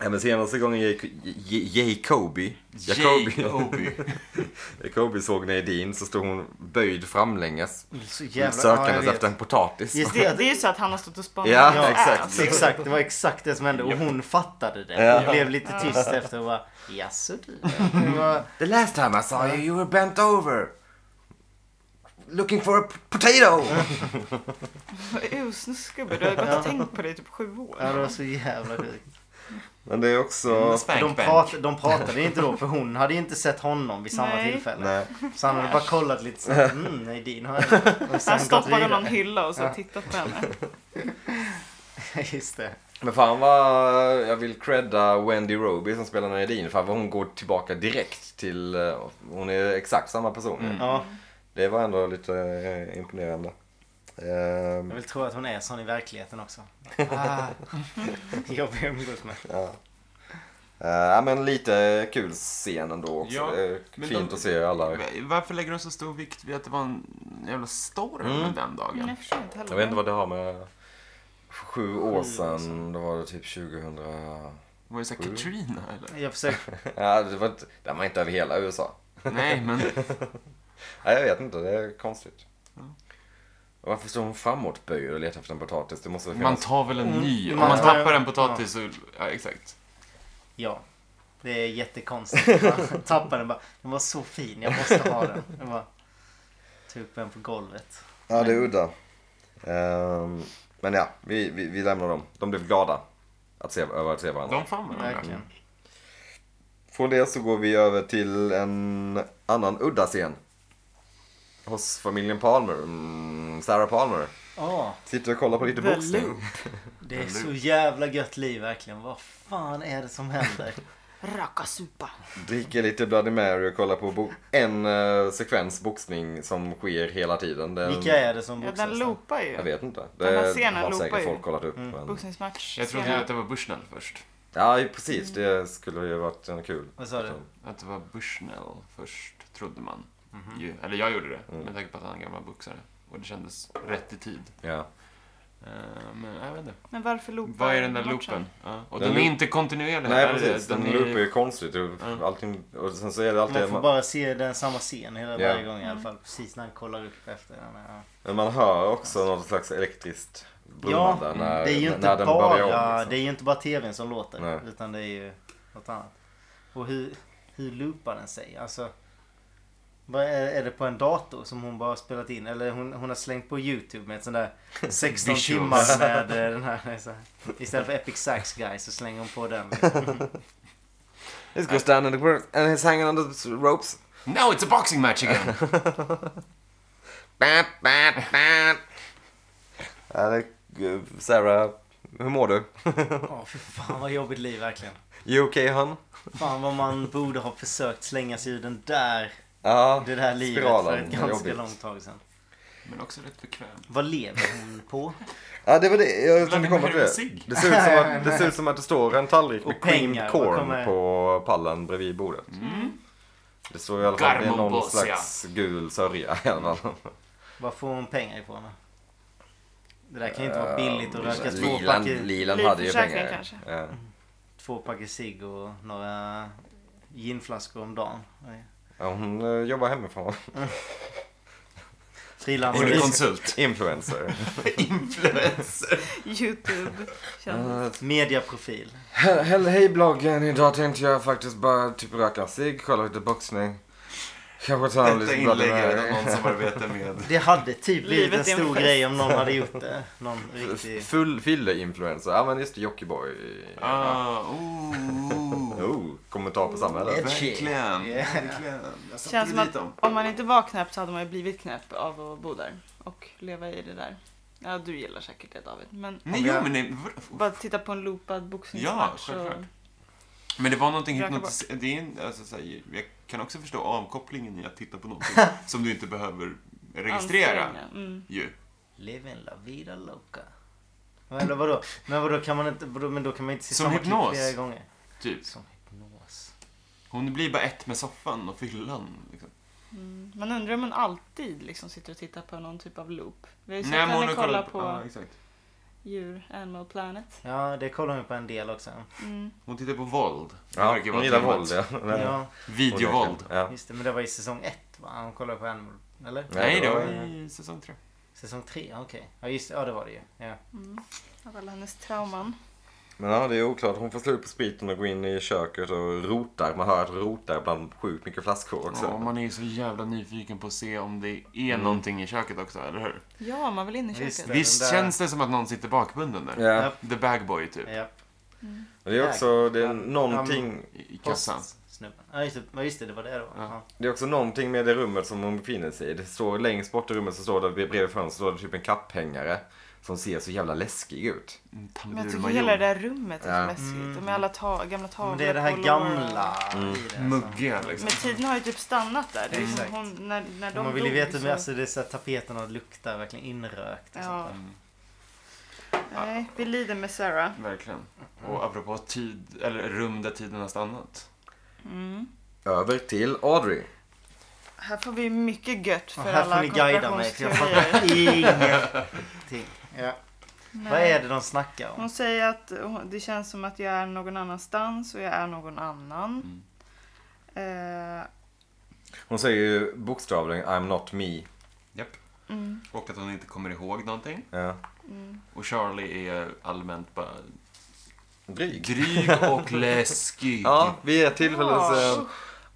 S1: Ja, men senaste gången Jaco- J- Jacobi...
S4: Jake Obi.
S1: Jacobi såg Nadine så stod hon böjd framlänges.
S3: Så jävla... Mm. ja, jag
S1: sökandes
S3: vet.
S1: efter en potatis.
S3: Just
S2: Det, det är ju så att han har stått och spanat Alltså,
S1: Ja,
S2: på hans
S1: exakt.
S2: ass.
S3: Exakt, Alltså, det var exakt det som hände och hon fattade det.
S1: Ja.
S3: Det blev lite tyst efter och bara Jaså du? Det var-
S1: The last time I saw you you were bent over. Looking for a p- potato.
S2: Usnusgubbe, du har gått och tänkt på det i typ sju år.
S3: Ja, det var så jävla sjukt.
S1: Men det är också...
S3: De,
S4: Spank bank.
S3: prat, de pratade inte då för hon hade inte sett honom vid samma
S2: Nej.
S3: tillfälle.
S1: Nej.
S3: Så han hade bara kollat lite så här, mm, nej din har jag inte." Och sen
S2: Han
S3: gått
S2: stoppade
S3: vidare.
S2: någon hylla och så tittat på henne.
S3: Just det.
S1: Men fan vad... Jag vill credda Wendy Roby som spelar Nadine. Fan vad hon går tillbaka direkt till... eh, Hon är exakt samma person. ju.
S3: Ja,
S1: Det var ändå lite eh, imponerande. Ehm,
S3: jag vill tro att hon är sån i verkligheten också. Ah, jobbig att umgås med.
S1: eh, ja men lite kul scen ändå också.
S4: Ja,
S1: Det är
S4: men
S1: Fint
S4: de-
S1: att se alla.
S4: Varför lägger de så stor vikt vid att det var en jävla storm
S3: Mm.
S4: den
S2: Men
S4: dagen?
S2: jag förstår inte heller.
S1: Jag vet inte vad det har med... för Mm. Sju år
S3: Sju år
S1: sedan, då var det typ 2000...
S4: Var det såhär
S3: Mm.
S4: Katrina eller?
S3: Jag försöker,
S1: Ja, det var inte, den var inte över hela USA.
S4: Nej, men
S1: Nej, jag vet inte. Det är konstigt. Och Varför står hon framåtböjd och letar efter en potatis? Det måste väl
S4: man
S1: finnas...
S4: tar väl en ny?
S3: Mm.
S4: Om
S3: man
S4: man
S3: tar-
S4: tappar en potatis så... Ja, exakt.
S3: ja. Det är jättekonstigt. Jag tappade den bara. Den var så fin, jag måste ha den. Jag bara, tog upp den på golvet.
S1: Ja, det är udda. Ehm, men ja, vi, vi, vi lämnar dem. De blev glada att se, över att se varandra.
S4: De fann varandra.
S3: Verkligen.
S1: Från det så går vi över till en annan udda scen. Hos familjen Palmer. Mm, Sarah Palmer.
S3: Ja.
S1: Sitter och kollar på lite
S2: The
S1: boxning.
S2: Loop.
S3: Det är så jävla gött liv verkligen. Vad fan är det som händer?
S2: Rakasupa.
S1: Dricker lite Bloody Mary och kollar på bo- en eh, sekvens boxning som sker hela tiden. Den-
S3: Vilka är det som
S2: Ja,
S3: boxas?
S2: den loopar ju.
S1: Jag vet inte. Det
S2: Den här scenen
S1: har
S2: loopar
S1: säkert
S2: ju.
S1: folk kollat upp.
S3: Mm.
S1: Men...
S2: Boxningsmatch.
S4: Jag trodde att det var Bushnell först.
S1: Ja, ju precis. Det skulle ju varit en kul.
S3: Vad sa du?
S4: Att det var Bushnell först, trodde man.
S3: Mhm.
S4: Ju. Eller jag gjorde det,
S3: Mm.
S4: med tanke på att han har gamla boxare. Och det kändes rätt i tid.
S1: Ja.
S4: Eh, Men jag vet inte.
S2: Men varför loopar
S4: Vad är den där
S2: bort
S4: loopen?
S2: sig?
S4: Ja. Och
S1: Den
S4: den, är
S1: loop-
S4: inte kontinuerlig.
S1: Nej
S4: här.
S1: precis, den
S4: är- Mm.
S1: loopar ju konstigt. Och
S4: Ja.
S1: Allting, och sen så är det alltid...
S3: Man får bara se den samma scen hela
S1: Ja.
S3: varje gång i alla fall. Precis när han kollar upp efter den. Ja.
S1: Men man hör också något slags elektriskt
S3: Ja, mm,
S1: brummande när,
S3: det är ju
S1: när-
S3: inte,
S1: när den börjar om.
S3: bara,
S1: liksom.
S3: det är ju inte bara tvn som låter.
S1: Nej.
S3: Utan det är ju något annat. Och hur, hur loopar den sig? Alltså, vad är, är det på en dator som hon bara har spelat in? Eller hon, hon har slängt på YouTube med ett sånt där 16
S4: Visuals.
S3: timmar med eh, den här. nej, Så här. Istället för Epic Sax Guy så slänger hon på den. liksom.
S1: This goes down in the world and he's hanging on the ropes.
S4: No, it's a boxing match again!
S9: Bap, bap, bap.
S1: Eller, eh, Sarah, hur mår du?
S3: Åh fy fan vad jobbigt liv verkligen.
S1: You okay hon?
S3: Fan vad man borde ha försökt slänga sig ur den där,
S1: Ja,
S3: det där livet för
S1: spiralen.
S3: ett ganska
S1: jobbigt.
S3: långt tag sedan.
S4: Men också rätt bekväm.
S3: Vad lever hon på?
S1: Ja, det var det. Jag
S4: Blandning
S1: tänkte
S4: med
S1: komma till det.
S4: heroin-cigg.
S1: Det ser, ut som att, det ser ut som att det står en tallrik
S3: Och
S1: med creamed
S3: pengar,
S1: corn
S3: vad kommer-
S1: på pallen bredvid bordet. Det står i alla fall det är någon
S4: Garmobos,
S1: slags gul sörja i alla fall.
S3: Var får hon pengar ifrån? då? Det där kan ju inte vara billigt att röka två
S1: Lilan,
S3: pack,
S1: Lilan hade ju
S2: Livförsäkring
S1: pengar.
S2: kanske.
S1: Ja.
S3: två pack cigg och några ginflaskor om dagen. Nej.
S1: Ja, hon eh, jobbar hemifrån.
S4: Hon är
S3: Frilansare.
S4: konsult.
S1: Influencer.
S2: Youtube. Känns.
S1: Eh,
S3: Mediaprofil.
S1: He- Hej hej bloggen, idag tänkte jag faktiskt bara typ röka en cigg, kolla lite boxning. Kanske ta en
S4: Detta
S1: liten
S4: inlägg
S1: Bloody
S4: är det
S1: Mary.
S4: någon som arbetar med...
S3: Det hade typ blivit en
S2: Livet är en
S3: stor
S2: fest.
S3: grej om någon hade gjort det. Någon riktig...
S1: Full fylle-influencer, ja men just det, Jockiboi.
S4: Ah, oh,
S1: Oh, kommentar på samhället.
S4: verkligen.
S3: Yeah.
S4: verkligen. Jag satte
S2: Känns som
S4: dit
S2: att
S4: dem.
S2: om man inte var knäpp så hade man ju blivit knäpp av att bo där och leva i det där. Ja, du gillar säkert det David, men
S3: Mm.
S4: Nej, jo, men nej. vr-
S2: bara titta på en loopad
S4: Ja,
S2: boxningsmatch. och...
S4: självklart. Men det var någonting
S2: Röka
S4: hypnotis... Det är, en- alltså, så här, jag kan också förstå avkopplingen i att titta på någonting som du inte behöver registrera.
S2: anstränga. Mm.
S4: Ju.
S3: Living la vida loca. Eller vadå? Men vadå kan man inte... Vadå, men då kan man inte se
S4: Som
S3: samma
S4: hypnos.
S3: klipp flera gånger?
S4: Typ.
S3: Som hypnos.
S4: Hon blir bara ett med soffan och fyllan. Liksom.
S2: mm. Man undrar om man alltid liksom sitter och tittar på någon typ av loop. Vi har ju sett
S4: men hon
S2: henne
S4: har
S2: kolla
S4: kollat
S2: på
S4: Ja, exakt.
S2: djur, Animal Planet.
S3: Ja, det kollar man på en del också.
S2: Mm.
S4: Hon tittar på våld. Det
S1: Ja,
S4: verkar
S1: hon
S4: vara
S1: gillar
S4: temat.
S1: våld ja.
S3: Ja,
S4: Videovåld.
S1: Ja.
S3: just det. Men det var i säsong ett va? Han kollade på Animal... Eller?
S4: Nej, det var
S3: var-
S4: i säsong tre.
S3: Säsong tre? Okej. Ja, just Ja, det var det ju. Ja.
S2: Av alla hennes trauman.
S1: Men ja, det är oklart. Hon får slut på spriten och går in i köket och rotar. Man hör att rotar bland sjukt mycket flaskor också.
S4: Ja, man är ju så jävla nyfiken på att se om det är
S1: Mm.
S4: någonting i köket också, eller hur?
S2: Ja, man vill in i
S3: Visst.
S2: köket.
S3: Den
S4: Visst
S3: där-
S4: känns det som att någon sitter bakbunden där?
S1: Ja.
S3: Japp.
S4: The Bagboy, typ.
S3: Japp.
S1: Men Det är också det är någonting,
S4: I, I kassan.
S3: Postsnubben. Ja just det, ja, just det, det var det då.
S4: Ja.
S3: Ja.
S1: det är också någonting med det rummet som hon befinner sig i. Det står längst bort i rummet så står det bredvid fönstret står det typ en kapphängare som ser så jävla läskig ut.
S4: En
S2: Men jag
S4: tamburmajor.
S2: tycker hela det där rummet är
S1: Ja.
S2: så läskigt. Och med alla ta gamla tavlor
S3: Mm. Men det är det här
S2: på eh,
S3: gamla i det. Alltså.
S4: Muggiga, liksom.
S2: Men tiden har ju typ stannat där. Det är
S3: Exakt.
S2: som hon, när, när de
S3: Man vill ju
S2: dog
S3: veta, men alltså det är så här, tapeterna luktar verkligen inrökt. Och
S2: Ja.
S3: sånt
S2: Nej, vi lider med Sarah.
S4: Verkligen. Och apropå tid, eller rum där tiden har stannat.
S1: Över till Audrey.
S2: Här får vi mycket gött
S3: där.
S2: för
S3: Och här får
S2: alla
S3: ni guida mig för jag
S2: konspirationsteorier.
S3: fattar ingenting. Ja. Vad är det de snackar om?
S2: Hon säger att hon- det känns som att jag är någon annanstans och jag är någon annan.
S3: Mm.
S2: Eh,
S1: Hon säger ju bokstavligen I'm not me.
S4: Japp. Och att hon inte kommer ihåg någonting.
S1: Ja.
S4: Och Charlie är allmänt bara
S1: Dryg.
S4: dryg och läskig.
S1: Ja, vid ett tillfälle
S2: Ja.
S1: så...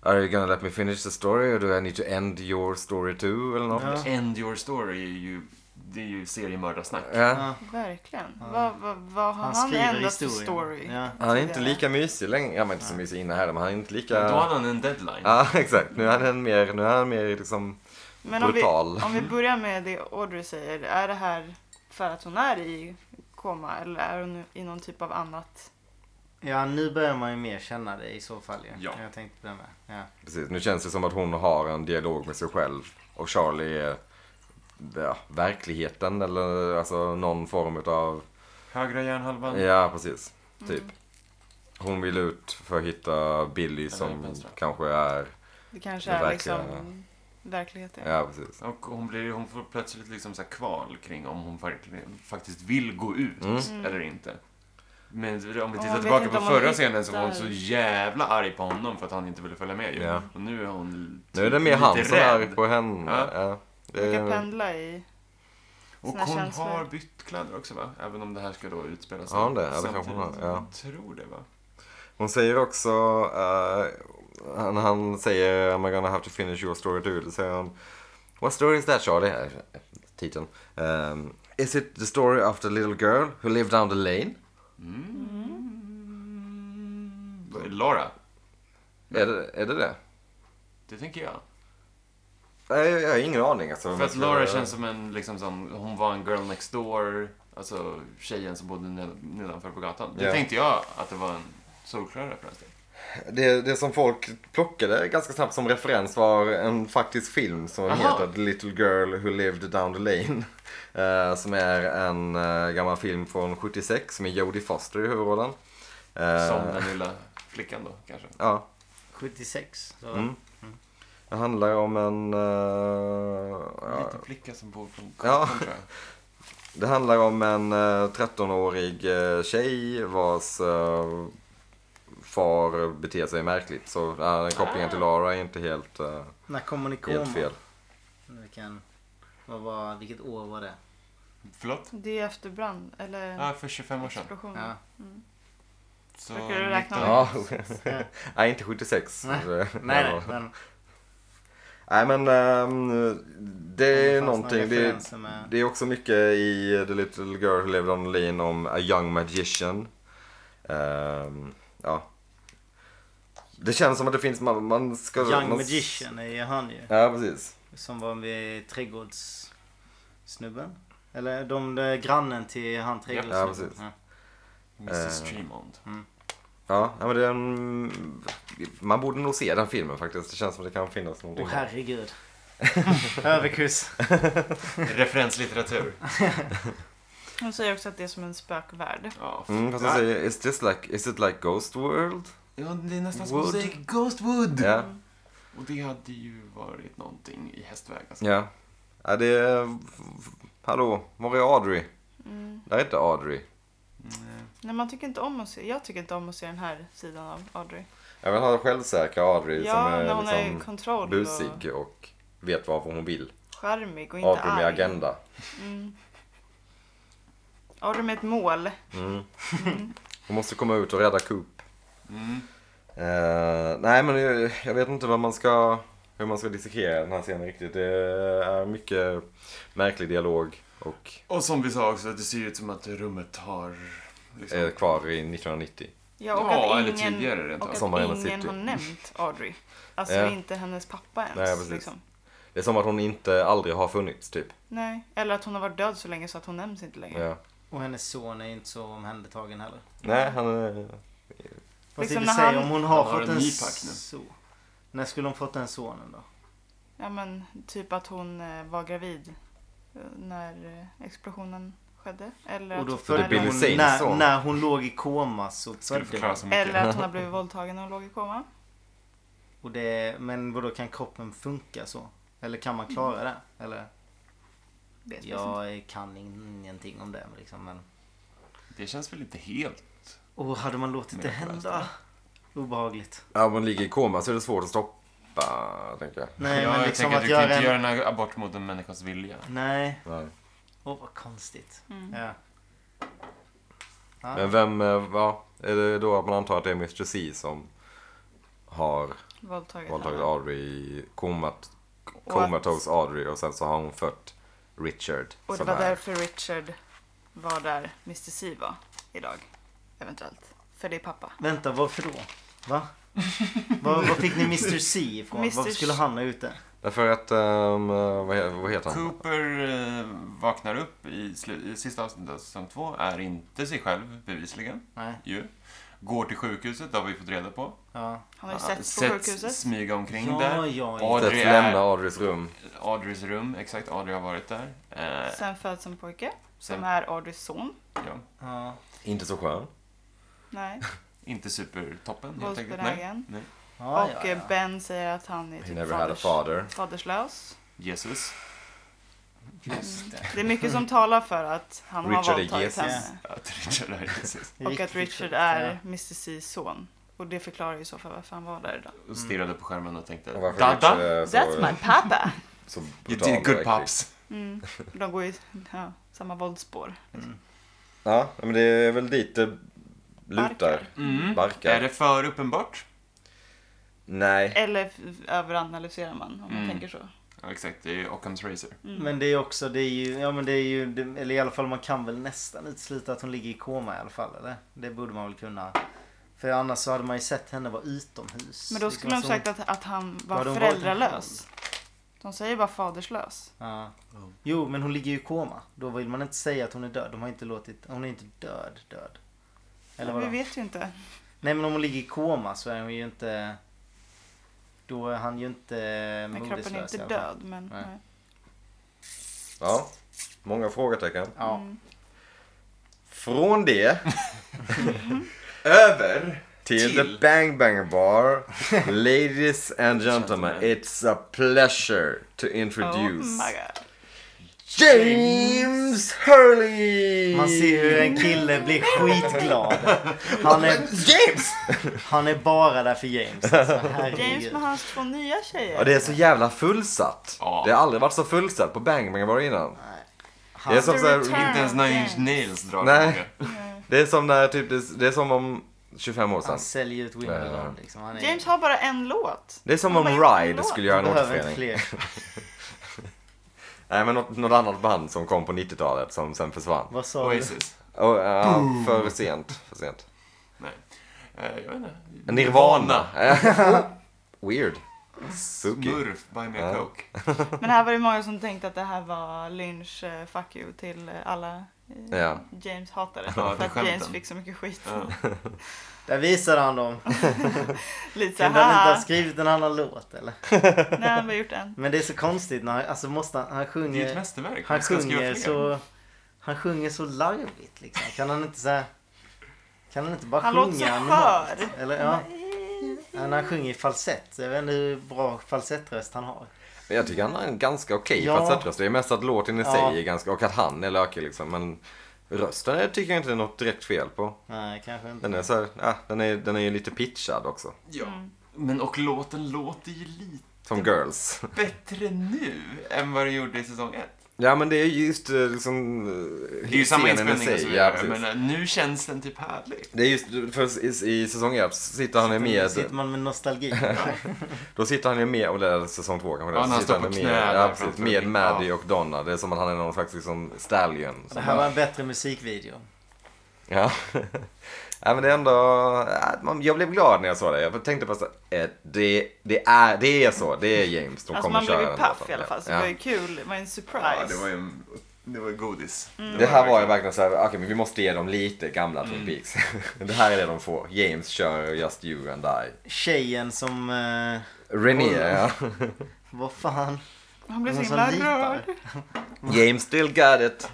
S1: Are you gonna let me finish the story or do I need to end your story too? Eller något.
S3: Ja.
S4: End your story är ju, det är ju seriemördarsnack.
S1: Ja.
S2: verkligen. Vad vad- vad har
S3: Han
S2: han,
S3: skriver
S2: ändrat för
S3: historien.
S2: story?
S3: Ja.
S1: Han är inte lika mysig längre. Ja, men inte så mysig inne här, men han är inte lika...
S4: Då hade han en deadline.
S1: Ja, exakt. Nu är han mer, nu är han mer liksom...
S2: Men om vi,
S1: Brutal.
S2: om vi börjar med det Audrey säger. Är det här för att hon är i koma eller är hon i någon typ av annat?
S3: ja, nu börjar man ju mer känna det i så fall ju.
S4: Ja.
S3: Jag tänkte på det med. Ja.
S1: Precis, nu känns det som att hon har en dialog med sig själv. Och Charlie är ja, verkligheten eller alltså någon form utav...
S4: Högra hjärnhalvan.
S1: Ja, precis. Typ. Hon vill ut för att hitta Billy som
S4: vänstra.
S1: kanske är...
S2: Det kanske
S1: Det
S2: är
S1: verkar-
S2: liksom verkligheten.
S1: Ja, precis.
S4: Och hon, blir, hon får plötsligt liksom så här kval kring om hon verkligen- faktiskt vill gå ut
S1: Mm.
S4: eller inte. Men om vi
S2: Mm. vet
S4: tittar tillbaka
S2: inte
S4: på
S2: om hon
S4: förra scenen så var hon
S2: hittar-
S4: så jävla arg på honom för att han inte ville följa med ju.
S1: Ja.
S4: Och nu är hon
S1: Nu är det mer han
S4: Typ lite
S1: som är
S4: rädd.
S1: arg på henne.
S4: Ja.
S1: Ja. Det
S2: Man kan
S1: är,
S2: pendla i...
S4: Och
S2: sina
S4: hon
S2: känslor.
S4: har bytt kläder också va? Även om det här ska då utspela sig
S1: Har hon det? Ja, det kanske
S4: samtidigt.
S1: hon har, ja.
S4: Jag tror det va?
S1: hon säger också, eh, han, han säger I'm gonna have to finish your story too. Då säger han, What story is that Charlie? Eh, Titeln. Ehm, is it the story of the little girl who lived down the lane?
S4: Laura,
S1: Är det är det? det?
S4: det tänker jag.
S1: Nej, jag jag har ingen aning. Alltså,
S4: För att Laura känns som en, liksom som, hon var en girl next door, alltså tjejen som bodde ned- nedanför på gatan. Det
S1: Ja.
S4: tänkte jag att det var en solklar referens till.
S1: Det, det som folk plockade ganska snabbt som referens var en faktisk film som
S4: Aha.
S1: heter The Little Girl Who Lived Down the Lane. Eh, som är en eh, gammal film från 76 med Jodie Foster i huvudrollen. Eh,
S4: Som den lilla flickan då kanske.
S1: Ja,
S3: 76. Så.
S1: Mm. det handlar om en... eh,
S4: En
S1: ja,
S4: liten flicka som bor på en
S1: Ja.
S4: gatan tror jag.
S1: Det handlar om en eh, 13-årig eh, tjej vars eh, far beter sig märkligt. Så eh, kopplingen till Lara är inte helt, eh,
S3: När kommer ni komma?
S1: helt fel.
S3: Vilken, vad var, vilket år var det?
S4: Förlåt?
S2: Det är efter brand, eller
S4: Ja, för 25 år sedan.
S2: explosion.
S3: Ja.
S4: Så
S2: Brukar du räkna
S4: 19
S1: Ja, nej inte 76.
S3: Nej,
S1: Det-
S3: Nej,
S1: det
S3: nej,
S1: var-
S3: men
S1: Nej men ehm, det är
S3: fanns
S1: någonting.
S3: några
S1: Det,
S3: referenser med-
S1: det är också mycket i The Little Girl Who Lived On the Lane om A Young Magician. Ehm, ja. Det känns som att det finns, man, man ska...
S3: Young
S1: man,
S3: Magician är ju han ju.
S1: Ja precis.
S3: Som var vid trädgårdssnubben. Eller de där grannen till han
S1: Ja,
S3: trädgårdssnubben.
S1: precis.
S3: Ja,
S4: Mr.
S1: Eh.
S4: Streamond.
S1: Ja, ja, men den, man borde nog se den filmen faktiskt. Det känns som att det kan finnas någonting.
S3: Åh herregud. Överkurs.
S4: Referenslitteratur.
S2: Hon säger också att det är som en spökvärld.
S4: Ja, f-
S1: Mm, fast jag säger, is this like, is it like Ghost World?
S4: ja, det är nästan som
S1: Wood.
S4: att säga Ghostwood.
S1: Ja,
S4: Och det hade ju varit någonting i hästväg. Alltså.
S1: ja. Ja, det är, hallå, var är Audrey? Där är inte Audrey.
S2: Nej, man tycker inte om att se, jag tycker inte om att se den här sidan av Audrey.
S1: Jag vill ha den självsäkra Audrey
S2: Ja,
S1: som
S2: när hon
S1: är
S2: har
S1: liksom
S2: kontroll och
S1: busig och vet vad hon vill.
S2: charmig och inte
S1: Audrey med
S2: arg.
S1: agenda.
S2: Audrey med ett mål.
S1: Hon måste komma ut och rädda Coop. Mm. Eh, nej men jag, jag vet inte vad man ska, hur man ska dissekera den här scenen riktigt. Det är mycket märklig dialog och
S4: Och som vi sa också, det ser ju ut som att rummet har... Liksom,
S1: är kvar i 1990.
S2: Ja, och
S4: Ja,
S2: att
S4: eller
S2: ingen,
S4: tidigare rent av.
S2: och att
S1: Som Arena
S2: ingen
S1: City.
S2: har nämnt Audrey. Alltså
S1: Ja.
S2: inte hennes pappa ens.
S1: Nej, precis.
S2: liksom.
S1: Det är som att hon inte aldrig har funnits typ.
S2: Nej, eller att hon har varit död så länge så att hon nämns inte längre.
S1: Ja.
S3: Och hennes son är ju inte så omhändertagen heller.
S1: Nej, han är...
S3: Fast
S2: Liksom
S3: i och
S2: när
S3: för sig,
S2: han-
S3: om hon har
S4: Han har
S3: fått
S4: en
S3: en,
S4: ny pack nu.
S3: son. När skulle hon fått den sonen då?
S2: Ja, men typ att hon eh, var gravid eh, när eh, explosionen skedde. Eller,
S3: Och då
S2: att,
S1: det är
S3: födde
S2: eller,
S1: Billy
S3: hon,
S1: Sains
S3: när,
S1: son.
S3: när hon låg i koma så
S4: skulle
S3: födde hon.
S4: förklara så
S2: eller
S4: mycket.
S2: att hon har blivit våldtagen när hon låg i koma.
S3: Och det, men vadå, kan kroppen funka så? Eller kan man klara det? Eller?
S2: Vet vi inte.
S3: Jag kan ingenting om det liksom, men...
S4: Det känns väl inte helt...
S3: Åh, hade man låtit det
S4: Mer
S3: hända? Obehagligt.
S1: Ja, om hon ligger i koma så är det svårt att stoppa, tänker jag.
S3: Nej,
S4: ja,
S3: men
S4: jag
S3: liksom
S4: tänker att
S3: att
S4: du kan
S3: göra
S4: inte
S3: en...
S4: göra en abort mot en människas vilja.
S3: Nej.
S1: Nej.
S3: Åh, vad konstigt.
S2: Mm.
S3: Ja.
S1: Men vem, eh, ja, är det då att man antar att det är Mr C som har
S2: Våldtaget.
S1: våldtagit
S2: henne.
S1: Audrey, komat,
S2: att-
S1: komatos Audrey och sen så har hon fött Richard.
S2: Och det
S1: som
S2: var
S1: är-
S2: därför Richard var där Mr C var idag. Eventuellt. För det är pappa.
S3: Vänta, varför då? Va? Var, var fick ni Mr C ifrån?
S2: Mr.
S3: Varför skulle han ha ut det?
S1: Därför att, ehm, eh, vad, he- vad heter han?
S4: Cooper eh, vaknar upp i, slu- i sista avsnittet av säsong två, är inte sig själv bevisligen.
S3: Nej.
S4: Ju. Går till sjukhuset, det har vi fått reda på.
S3: Ja.
S2: Han har ju
S4: Ja,
S2: setts på
S4: sätts
S2: sjukhuset.
S4: smyga omkring
S3: Ja,
S4: där.
S3: ja, ja.
S1: För att
S4: Audrey
S1: lämna
S4: är...
S1: Audreys rum.
S4: Audreys rum, exakt. Audrey har varit där. Eh,
S2: Sen föds en pojke. Som
S4: Sen-
S2: är Audreys son.
S4: ja.
S3: ja.
S1: Inte så skön.
S2: Nej.
S4: Inte supertoppen helt enkelt. Nej.
S2: Våldsbenägen.
S4: Nej.
S3: Ja,
S2: och
S3: ja, ja.
S2: eh, Ben säger att han är
S1: He
S2: typ
S1: never had a
S2: faders,
S1: father.
S2: faderslös.
S4: Jesus.
S2: Det är mycket som talar för att han har
S1: Richard är
S2: våldtagit
S1: Jesus.
S2: henne.
S4: Ja, Richard är Jesus.
S2: Och att
S3: Riktigt
S2: Richard
S3: sjukt,
S2: är
S3: ja.
S2: Mr. C's son. Och det förklarar ju i så fall varför han var där idag.
S4: Och stirrade på skärmen och tänkte
S1: Och varför Richard
S4: Dada,
S1: är så,
S2: That's my papa!
S1: så
S4: you
S1: brutal
S4: did
S1: och
S4: good
S1: äcklig.
S4: pops.
S2: Mm. De går ju ja, samma våldsspår.
S1: Ja, men det är väl dit det lutar.
S2: Barkar.
S4: Mm.
S1: Barkar.
S4: Är det för uppenbart?
S1: Nej.
S2: Eller f- överanalyserar man om man
S4: Mm.
S2: tänker så.
S4: Ja, exakt, det är ju Occam's Razor.
S2: Mm.
S3: Men det är också, det är ju, ja men det är ju, det, eller i alla fall man kan väl nästan utesluta att hon ligger i koma i alla fall eller? Det borde man väl kunna. För annars så hade man ju sett henne vara utomhus.
S2: Men då
S3: Liksom,
S2: skulle de
S3: alltså
S2: sagt att, att han var
S3: Var de
S2: föräldralös. De säger bara faderslös.
S3: Ja. Jo men hon ligger ju i koma. Då vill man inte säga att hon är död. De har inte låtit, hon är inte död död. Eller
S2: vi
S3: vadå?
S2: vet ju inte.
S3: Nej men om hon ligger i koma så är hon ju inte... Då är han ju inte
S2: Men
S3: moderslös
S2: kroppen är inte
S3: i alla fall.
S2: död. Men,
S3: Nej.
S2: nej.
S1: Ja. Många frågetecken.
S3: Ja.
S2: Mm.
S1: Från det. över. Till,
S4: till-
S1: the Bang Bang Bar. Ladies and gentlemen, it's a pleasure to
S2: Oh
S1: introduce
S2: my god.
S1: James Hurley!
S3: Man ser hur en kille blir skitglad. Han är,
S1: James!
S3: han är bara där för James. Alltså, herregud.
S2: James med hans två nya
S1: Ja,
S2: tjejer.
S1: det är så jävla fullsatt.
S4: Ja.
S1: Det har aldrig varit så fullsatt på Bang Bang Bar innan.
S3: Han-
S1: Det är som,
S2: The
S1: så här,
S2: return.
S4: Inte ens
S2: Ja,
S4: Nine Inch
S2: thanks.
S4: Nails drar
S1: Nej.
S4: tillbaka.
S1: det är som när typ, det är- det är som om 25 år sedan.
S2: Alltså.
S3: Han säljer ut Wimbledon
S1: Eh.
S3: liksom. Han är,
S2: James har bara en låt.
S1: Det är som
S2: Han
S1: om
S2: bara gjorde en
S1: Ride
S2: låt.
S1: skulle göra en
S3: behöver inte
S1: återförening.
S3: fler.
S1: Nej men något, något annat band som kom på 90-talet som sen försvann.
S3: Vad sa du?
S4: Oasis.
S1: Och, ja, för sent. För sent.
S4: Nej. Eh, jag vet inte.
S1: Nirvana. Weird. Spooky.
S4: Smurf, buy me
S1: Ja.
S4: a coke.
S2: Men här var det många som tänkte att det här var Lynch eh, fuck you till eh, alla eh,
S1: Ja.
S2: James hatare. för
S4: Ja, till
S2: att James
S4: skämten.
S2: fick så mycket skit.
S4: Ja.
S3: Där visade han dem.
S2: Lite så
S3: Kunde han inte ha
S2: här.
S3: skrivit en annan låt eller?
S2: Nej, han har gjort en.
S3: Men det är så konstigt när han, alltså måste han, han
S4: Det är ett
S3: sjunger.
S4: mästerverk.
S3: Han
S4: Han ska skriva
S3: sjunger
S4: fler.
S3: så... Han sjunger så larvigt liksom. Kan han inte säga... Kan han inte bara
S2: Han
S3: sjunga?
S2: låter så
S3: normalt?
S2: skör.
S3: Eller ja. När han sjunger i falsett. Jag vet inte hur bra falsettröst han har.
S1: Men jag tycker han har en ganska okej
S3: Ja.
S1: falsettröst. Det är mest att låten i
S3: Ja.
S1: sig är ganska, och att han är lökig liksom. Men rösten tycker jag inte det är något direkt fel på.
S3: Nej, kanske inte.
S1: Den är så här, ja, den är, den är ju lite pitchad också.
S4: Ja.
S3: Mm.
S4: Men och låten låter ju lite
S1: Som Girls.
S4: bättre nu än vad den gjorde i säsong ett.
S1: Ja men det är ju just eh, liksom...
S4: Det är ju samma
S1: scenen i
S4: inspelning och så
S1: sig, ja,
S4: vidare,
S1: precis.
S4: men eh, nu känns den typ härlig.
S1: Det är just, för i, i säsong 1 sitter han ju
S3: Nu
S1: med,
S3: sitter man med nostalgi.
S1: då sitter han ju med, och det är säsong 2 kanske det är,
S4: Ja, när han
S1: så
S4: står
S1: sitter
S4: på
S1: ju
S4: knä
S1: med,
S4: där
S1: ja, precis,
S4: framför
S1: med
S4: micken.
S1: Maddie
S4: Ja.
S1: och Donna. Det är som att han är någon slags liksom stallion.
S3: Det här var en bättre musikvideo.
S1: Ja. Nej men det är ändå, ja, man- jag blev glad när jag såg det. Jag tänkte bara så, eh, det, det, är, det är så, det är James. De
S2: Alltså
S1: kommer
S2: man blev
S1: köra
S2: ju
S1: den
S2: paff
S1: låten.
S2: i alla fall. Så
S1: Ja.
S2: det var ju kul. Det var ju en surprise.
S4: Ja, det var ju en, det var ju godis.
S1: Det här var ju verkligen såhär, okej men vi måste ge dem lite gamla
S4: Mm.
S1: Twin Peaks. det här är det de får. James kör Just You and I.
S3: Tjejen som... Eh,
S1: Renée,
S3: Oj.
S2: Mm.
S1: ja.
S3: vad fan?
S2: Han blev så
S3: Hon som
S2: himla
S3: lipar.
S2: rörd.
S1: James still got it.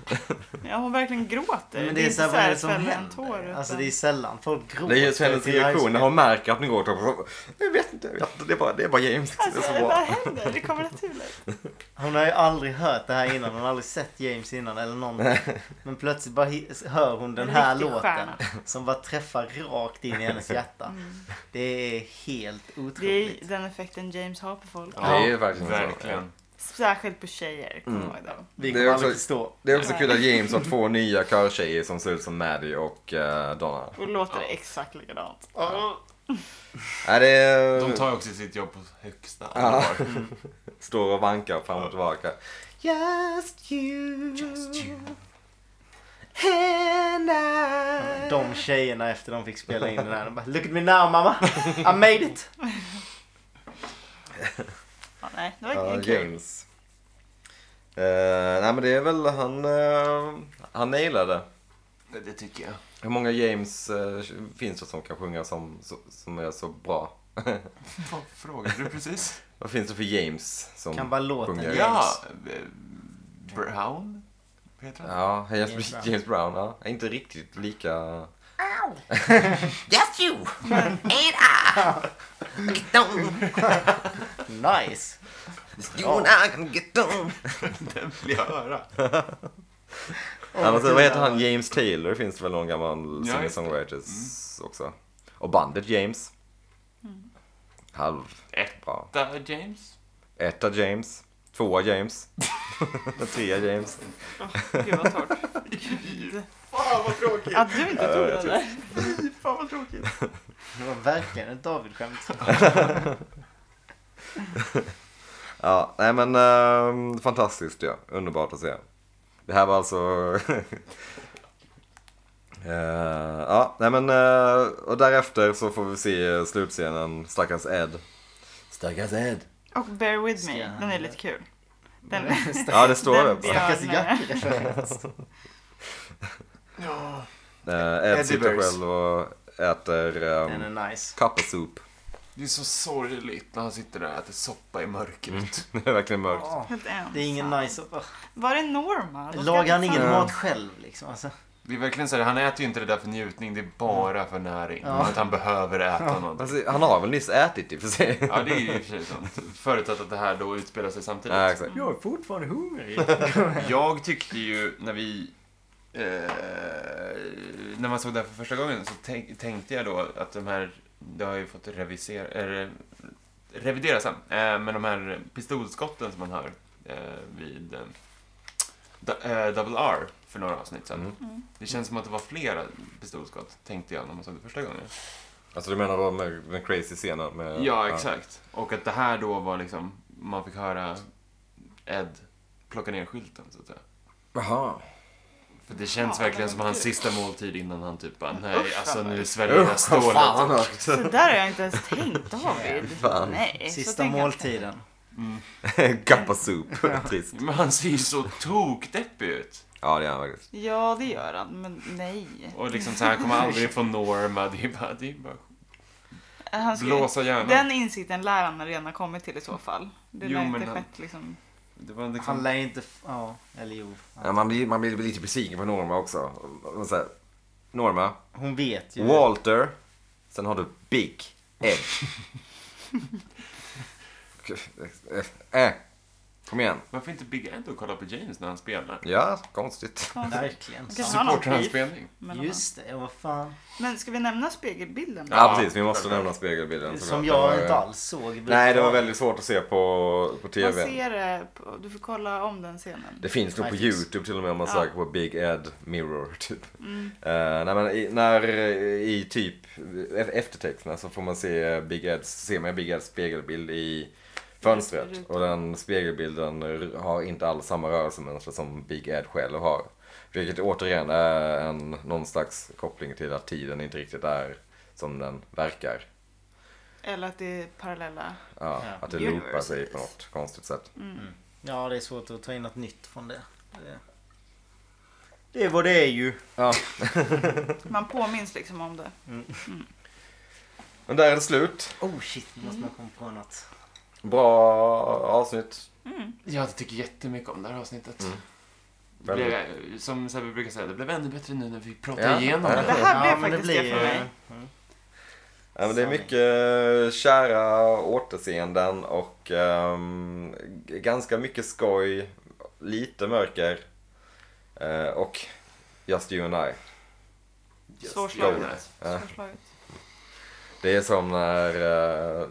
S2: Ja, hon verkligen gråter.
S3: Men
S2: det är
S3: så här,
S2: inte
S3: vad
S2: såhär
S3: är det som
S2: fälla en
S3: händer?
S2: tår. Utan...
S3: Alltså det är sällan folk gråter.
S1: Det är just hennes
S3: till
S1: reaktion när
S3: livespel.
S1: hon märker att ni går och Jag vet inte, jag vet inte. Det är bara, det är bara James. Det är
S2: Alltså,
S1: så
S2: det
S1: bra.
S2: bara händer. Det kommer naturligt.
S3: Hon har ju aldrig hört det här innan. Hon har aldrig sett James innan eller någonting. Men plötsligt bara hi- hör hon den
S2: En
S3: här
S2: riktig
S3: låten.
S2: stjärna. Mm.
S3: Som bara träffar rakt in i hennes hjärta. Det är helt
S2: Det är
S3: otroligt.
S2: den effekten James har på folk.
S1: Det är ju verkligen, så.
S4: Verkligen.
S2: Särskilt på tjejer. Kom
S3: Mm.
S2: ihåg dem.
S3: Vi
S1: Det är
S3: kommer
S1: också-
S3: aldrig förstå.
S1: Det är också kul att James har två nya körtjejer som ser ut som Maddie och eh, Donna.
S2: Och låter det exakt likadant.
S1: Är det...
S4: De tar ju också sitt jobb på högsta allvar.
S1: Mm. Står och vankar fram och tillbaka. Just you and I
S3: De tjejerna efter de fick spela in den här. De bara, Look at me now mamma. I made it.
S2: Ja, nej, det var
S1: Ja,
S2: kul.
S1: James. Eh, nej men det är väl han, eh, han nailade.
S4: Det- Det tycker jag.
S1: Hur många James eh, finns det som kan sjunga som, som- som är så bra?
S4: Vad frågade du precis?
S1: Vad finns det för James som
S3: Kan bara låten.
S1: sjunger? Ja,
S4: Ja, eh, Brown? Vad heter han?
S1: James,
S3: James Brown.
S1: James Brown. Ja. Är Inte riktigt lika...
S9: Just you and I. get down.
S3: Nice.
S9: You and I can get down.
S4: Den vill jag höra.
S1: Annars, vad heter han? James Taylor finns det väl någon gammal
S4: Ja,
S1: singer-songwriters
S3: Mm.
S1: också. Och bandet James. Halv. Bra.
S4: Etta James.
S1: Etta James. Tvåa James. Trea James.
S2: Gud vad torrt. Gud. Att du inte tog
S3: typ-
S2: den där.
S4: Fan vad tråkigt.
S3: Det var verkligen ett David-skämt.
S1: Ja, nej men ehm, fantastiskt ja. Underbart att se. Det här var alltså... Eh, ja, nej men eh, och därefter så får vi se eh, slutscenen, stackars Ed. Stackars Ed.
S2: Och Bear With Me.
S3: Ska han-
S2: Den är lite kul. Den,
S1: Ja, det står det.
S2: den
S1: också.
S3: Stackars
S2: björnen.
S3: Jack-referens.
S1: Eh, Ed
S4: Eddie
S1: sitter
S4: Bears.
S1: själv och äter
S3: Den
S1: um,
S3: är nice.
S1: cuppa soup.
S4: Det är så sorgligt när han sitter där och äter soppa i mörkret.
S1: Det är verkligen mörkt.
S3: Åh,
S2: Helt
S3: Det är
S2: ensam.
S3: ingen nice... Ugh.
S2: Var är Norma? De ska
S3: Lagar han
S2: inte
S3: ingen
S2: fan-
S3: mat själv liksom? Alltså,
S4: Det är verkligen så här, han äter ju inte det där för njutning, det är bara för näring. Att han behöver äta något.
S1: Alltså, han har väl nyss ätit i och för sig.
S4: Ja, det är ju i och för sig sant. Förutsatt att det här då utspelar sig samtidigt.
S1: Ja, exakt.
S3: jag är fortfarande hungrig.
S4: Jag tyckte ju när vi... Eh, när man såg det här för första gången så tänk, tänkte jag då att de här... Det har ju fått revisera, eh, revideras sen. Eh, men de här pistolskotten som man hör eh, vid eh, da- eh, Double R för några avsnitt sen. Det känns som att det var flera pistolskott, tänkte jag när man såg det första gången.
S1: Alltså du menar då med den crazy scenen? Med,
S4: Ja, exakt. Och att det här då var liksom... Man fick höra Ed plocka ner skylten, så att säga.
S1: Jaha.
S4: För det känns
S2: Ja,
S4: verkligen
S2: men
S4: som hans
S2: gud.
S4: sista måltid innan han typ bara, nej alltså nu sväljer jag stålet.
S1: Fan vad mörkt.
S2: Så där har jag inte ens tänkt David.
S1: Fan.
S2: Nej, Eh, så
S3: Sista
S2: tänker jag inte.
S3: måltiden.
S1: Gappa soup. Trist.
S4: Men han ser ju så tokdeppig ut.
S1: Ja, det är han faktiskt.
S2: Ja, det gör han, men nej.
S4: Och liksom så här, han kommer aldrig få Norma. Det är bara, det är bara
S2: Han ska,
S4: blåsa hjärnan.
S2: den insikten lär han redan ha kommit till i så fall. Det
S4: Jo,
S2: lär
S4: men
S2: inte
S4: han-
S2: skett liksom.
S4: Det var
S3: Han
S4: liksom,
S3: lär inte... f- Ja, eller jo.
S1: Ja, man, blir, man blir lite besviken på Norma också. Man säger, Norma,
S3: Hon vet ju.
S1: Walter, sen har du Big Ed. äh, kom igen.
S4: varför inte Big Ed och kolla på James när han spelar?
S1: Ja, konstigt.
S3: Verkligen.
S2: Kan han ha någon
S4: Supportar hans
S2: beef
S4: spelning.
S2: mellan dem?
S3: Just det, ja, vad fan.
S2: Men ska vi nämna spegelbilden? då?
S1: Ja, precis. Vi måste nämna spegelbilden.
S3: Som
S1: såklart.
S3: jag
S1: Det
S3: inte
S1: var-
S3: alls såg.
S1: Nej, det var väldigt svårt att se på, på
S2: Man
S1: TV.
S2: ser det, på, du får kolla om den scenen.
S1: Det finns nog på
S3: Nej, det finns.
S1: YouTube till och med om man
S2: Ja.
S1: söker på Big Ed Mirror typ. Eh, nej, men i, när eh, i typ e- eftertexterna så får man se Big Eds, ser man Big Eds spegelbild i fönstret.
S2: Rutan.
S1: Och den spegelbilden r- har inte alls samma rörelsemönster som Big Ed själv har. Vilket återigen är en, någon slags koppling till att tiden inte riktigt är som den verkar.
S2: Eller att det är parallella.
S1: Ja,
S3: Ja.
S1: Att det loopar sig
S2: Universes.
S1: på något konstigt sätt.
S3: Ja, det är svårt att ta in något nytt från det. Det- Det är vad det är ju.
S2: Man påminns liksom om det.
S1: Men där är det slut.
S3: Oh shit, nu måste man komma på något.
S1: Bra avsnitt.
S4: Jag tycker jättemycket om det här avsnittet. Det
S1: Väldigt-
S4: blev, som Sebbe brukar säga, det blev ännu bättre nu när vi pratade
S1: Ja.
S4: igenom
S1: Ja.
S2: Det
S4: det.
S2: här
S3: Ja,
S2: blev
S3: men det
S2: faktiskt det,
S3: blir
S2: för
S3: ju-
S2: mig.
S1: Ja, men det är
S3: Sanning.
S1: mycket eh, kära återseenden och ehm, g- ganska mycket skoj, lite mörker eh, och Just You and I.
S2: Svårslaget.
S1: Ja.
S2: Svårslaget.
S1: Det är som när eh,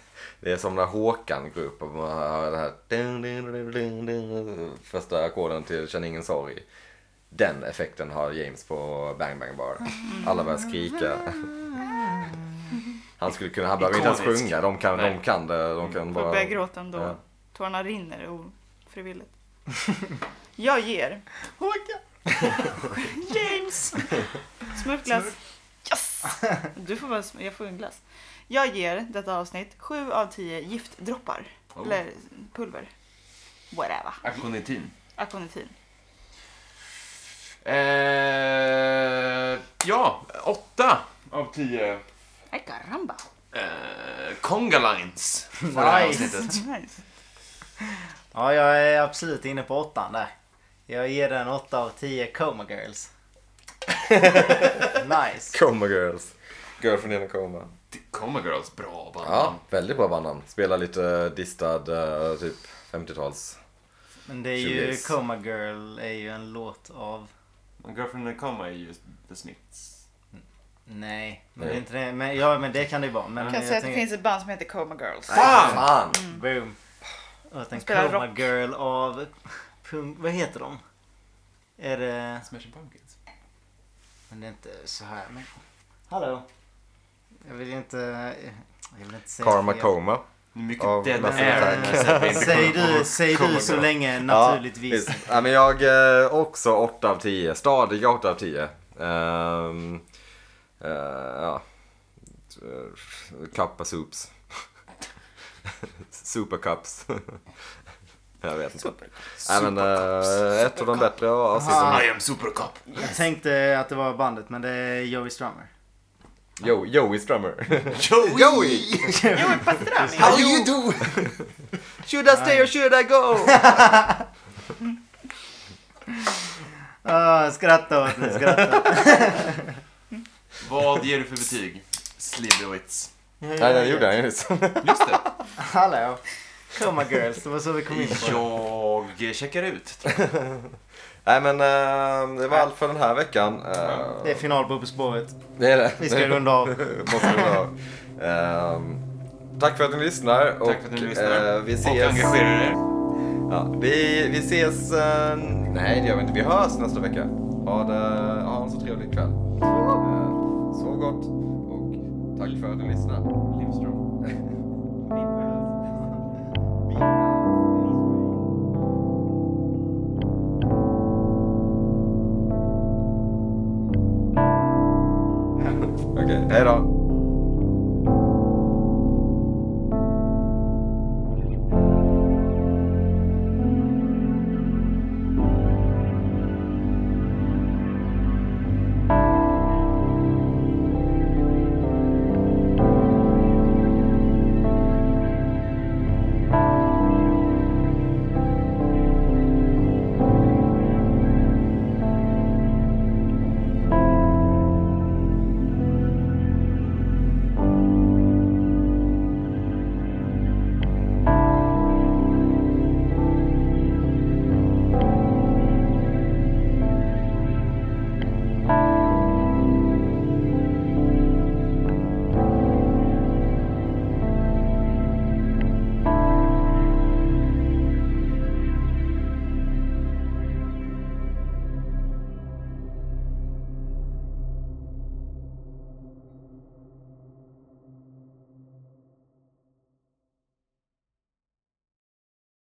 S1: det är som när Håkan går upp och man har det här dun, dun, dun, dun, dun, första ackorden till Känn ingen sorg. Den effekten har James på Bang Bang Bar.
S2: Mm.
S1: Alla börjar skrika. Han skulle kunna, han behöver inte ens
S4: Ikonisk.
S1: sjunga. De kan, de
S4: Nej.
S1: kan det. De kan
S2: Får
S1: bara...
S2: börja gråta ändå.
S1: Ja.
S2: Tårna rinner ofrivilligt. Jag ger.
S3: Håkan!
S2: James! Smurfglass. Yes! Du får bara, sm- jag får en glass. Jag ger detta avsnitt 7 av 10 giftdroppar.
S4: Oh.
S2: Eller pulver. Whatever.
S4: Akonitin.
S2: Akonitin.
S4: Eh, ja, åtta av tio.
S2: Ay caramba.
S4: Eh, Conga Lines. för det här
S3: Nice!
S4: avsnittet.
S2: Nice.
S3: Ja, jag är absolut inne på åttan där. Jag ger den åtta av tio Coma Girls. nice.
S1: Coma Girls. Girlfriend in a coma.
S4: Coma Girls, bra band.
S1: Ja, väldigt bra bandnamn. Spelar lite distad, eh, typ 50-tals.
S3: Men det är ju,
S1: Tjugovis.
S3: Coma Girl är ju en låt av...
S4: Men Girlfriend in a Coma är ju The Smiths.
S3: Nej,
S1: Nej.
S3: men det är inte det. Men, ja, men det kan det ju vara. Men
S2: Jag kan
S3: jag
S2: säga att det
S3: tänker-
S2: finns ett band som heter Coma Girls.
S4: Fan!
S9: Fan!
S2: Mm.
S3: Boom. Och att en
S2: spelar
S3: Coma
S2: rock.
S3: Girl av... Punk, vad heter de? Är det...
S4: Smashing Pumpkins.
S3: Men det är inte så här. Men... Hallå? Jag vill inte... Jag vill inte säga
S1: Karma
S3: fel.
S1: Coma.
S4: Det är mycket
S1: Av
S4: Dead
S1: Massive
S4: Air.
S1: Attack.
S4: Jag säger att vi inte
S3: Säg
S4: kommer
S3: du, säg
S4: på Coma
S3: du så
S4: Girl.
S3: länge naturligtvis.
S1: Ja, visst. ja, men jag eh, också 8 av 10. Stadiga 8 av 10. Ehm, eh, ja. Eh, Kappa soups. Supercups. jag vet inte. Även eh, ett av de bättre av
S3: Aha.
S1: avsnitten.
S4: I am Supercop.
S3: Jag tänkte att det var bandet men det är Joey Strummer.
S1: Jo, Joey Strummer.
S4: Joey!
S2: Joey Pastrami.
S9: How you do?
S1: should I stay or should I go?
S3: Ah, skratta åt mig, skratta.
S4: Vad ger du för betyg? Slibowitz.
S1: Nej, det gjorde han ju nyss.
S4: Just det.
S3: Hallå. Coma Girls, det var så vi kom in på det.
S4: Jag checkar ut.
S1: Nej, men eh, det var allt för den här veckan. Eh,
S3: Det är final på På spåret.
S1: det är det.
S3: Vi ska runda av.
S1: Måste det vara. Ehm, tack för att ni lyssnar. Och,
S4: Tack för att ni lyssnar.
S1: eh, vi
S4: Och
S1: ses.
S4: engagerar er.
S1: ja, vi, vi ses. eh, nej, det gör vi inte. Vi hörs nästa vecka. Ha, det, ha en så trevlig kväll. Eh, sov gott. Och tack för att ni lyssnar.
S4: Livstrong.
S1: Okej, hej då.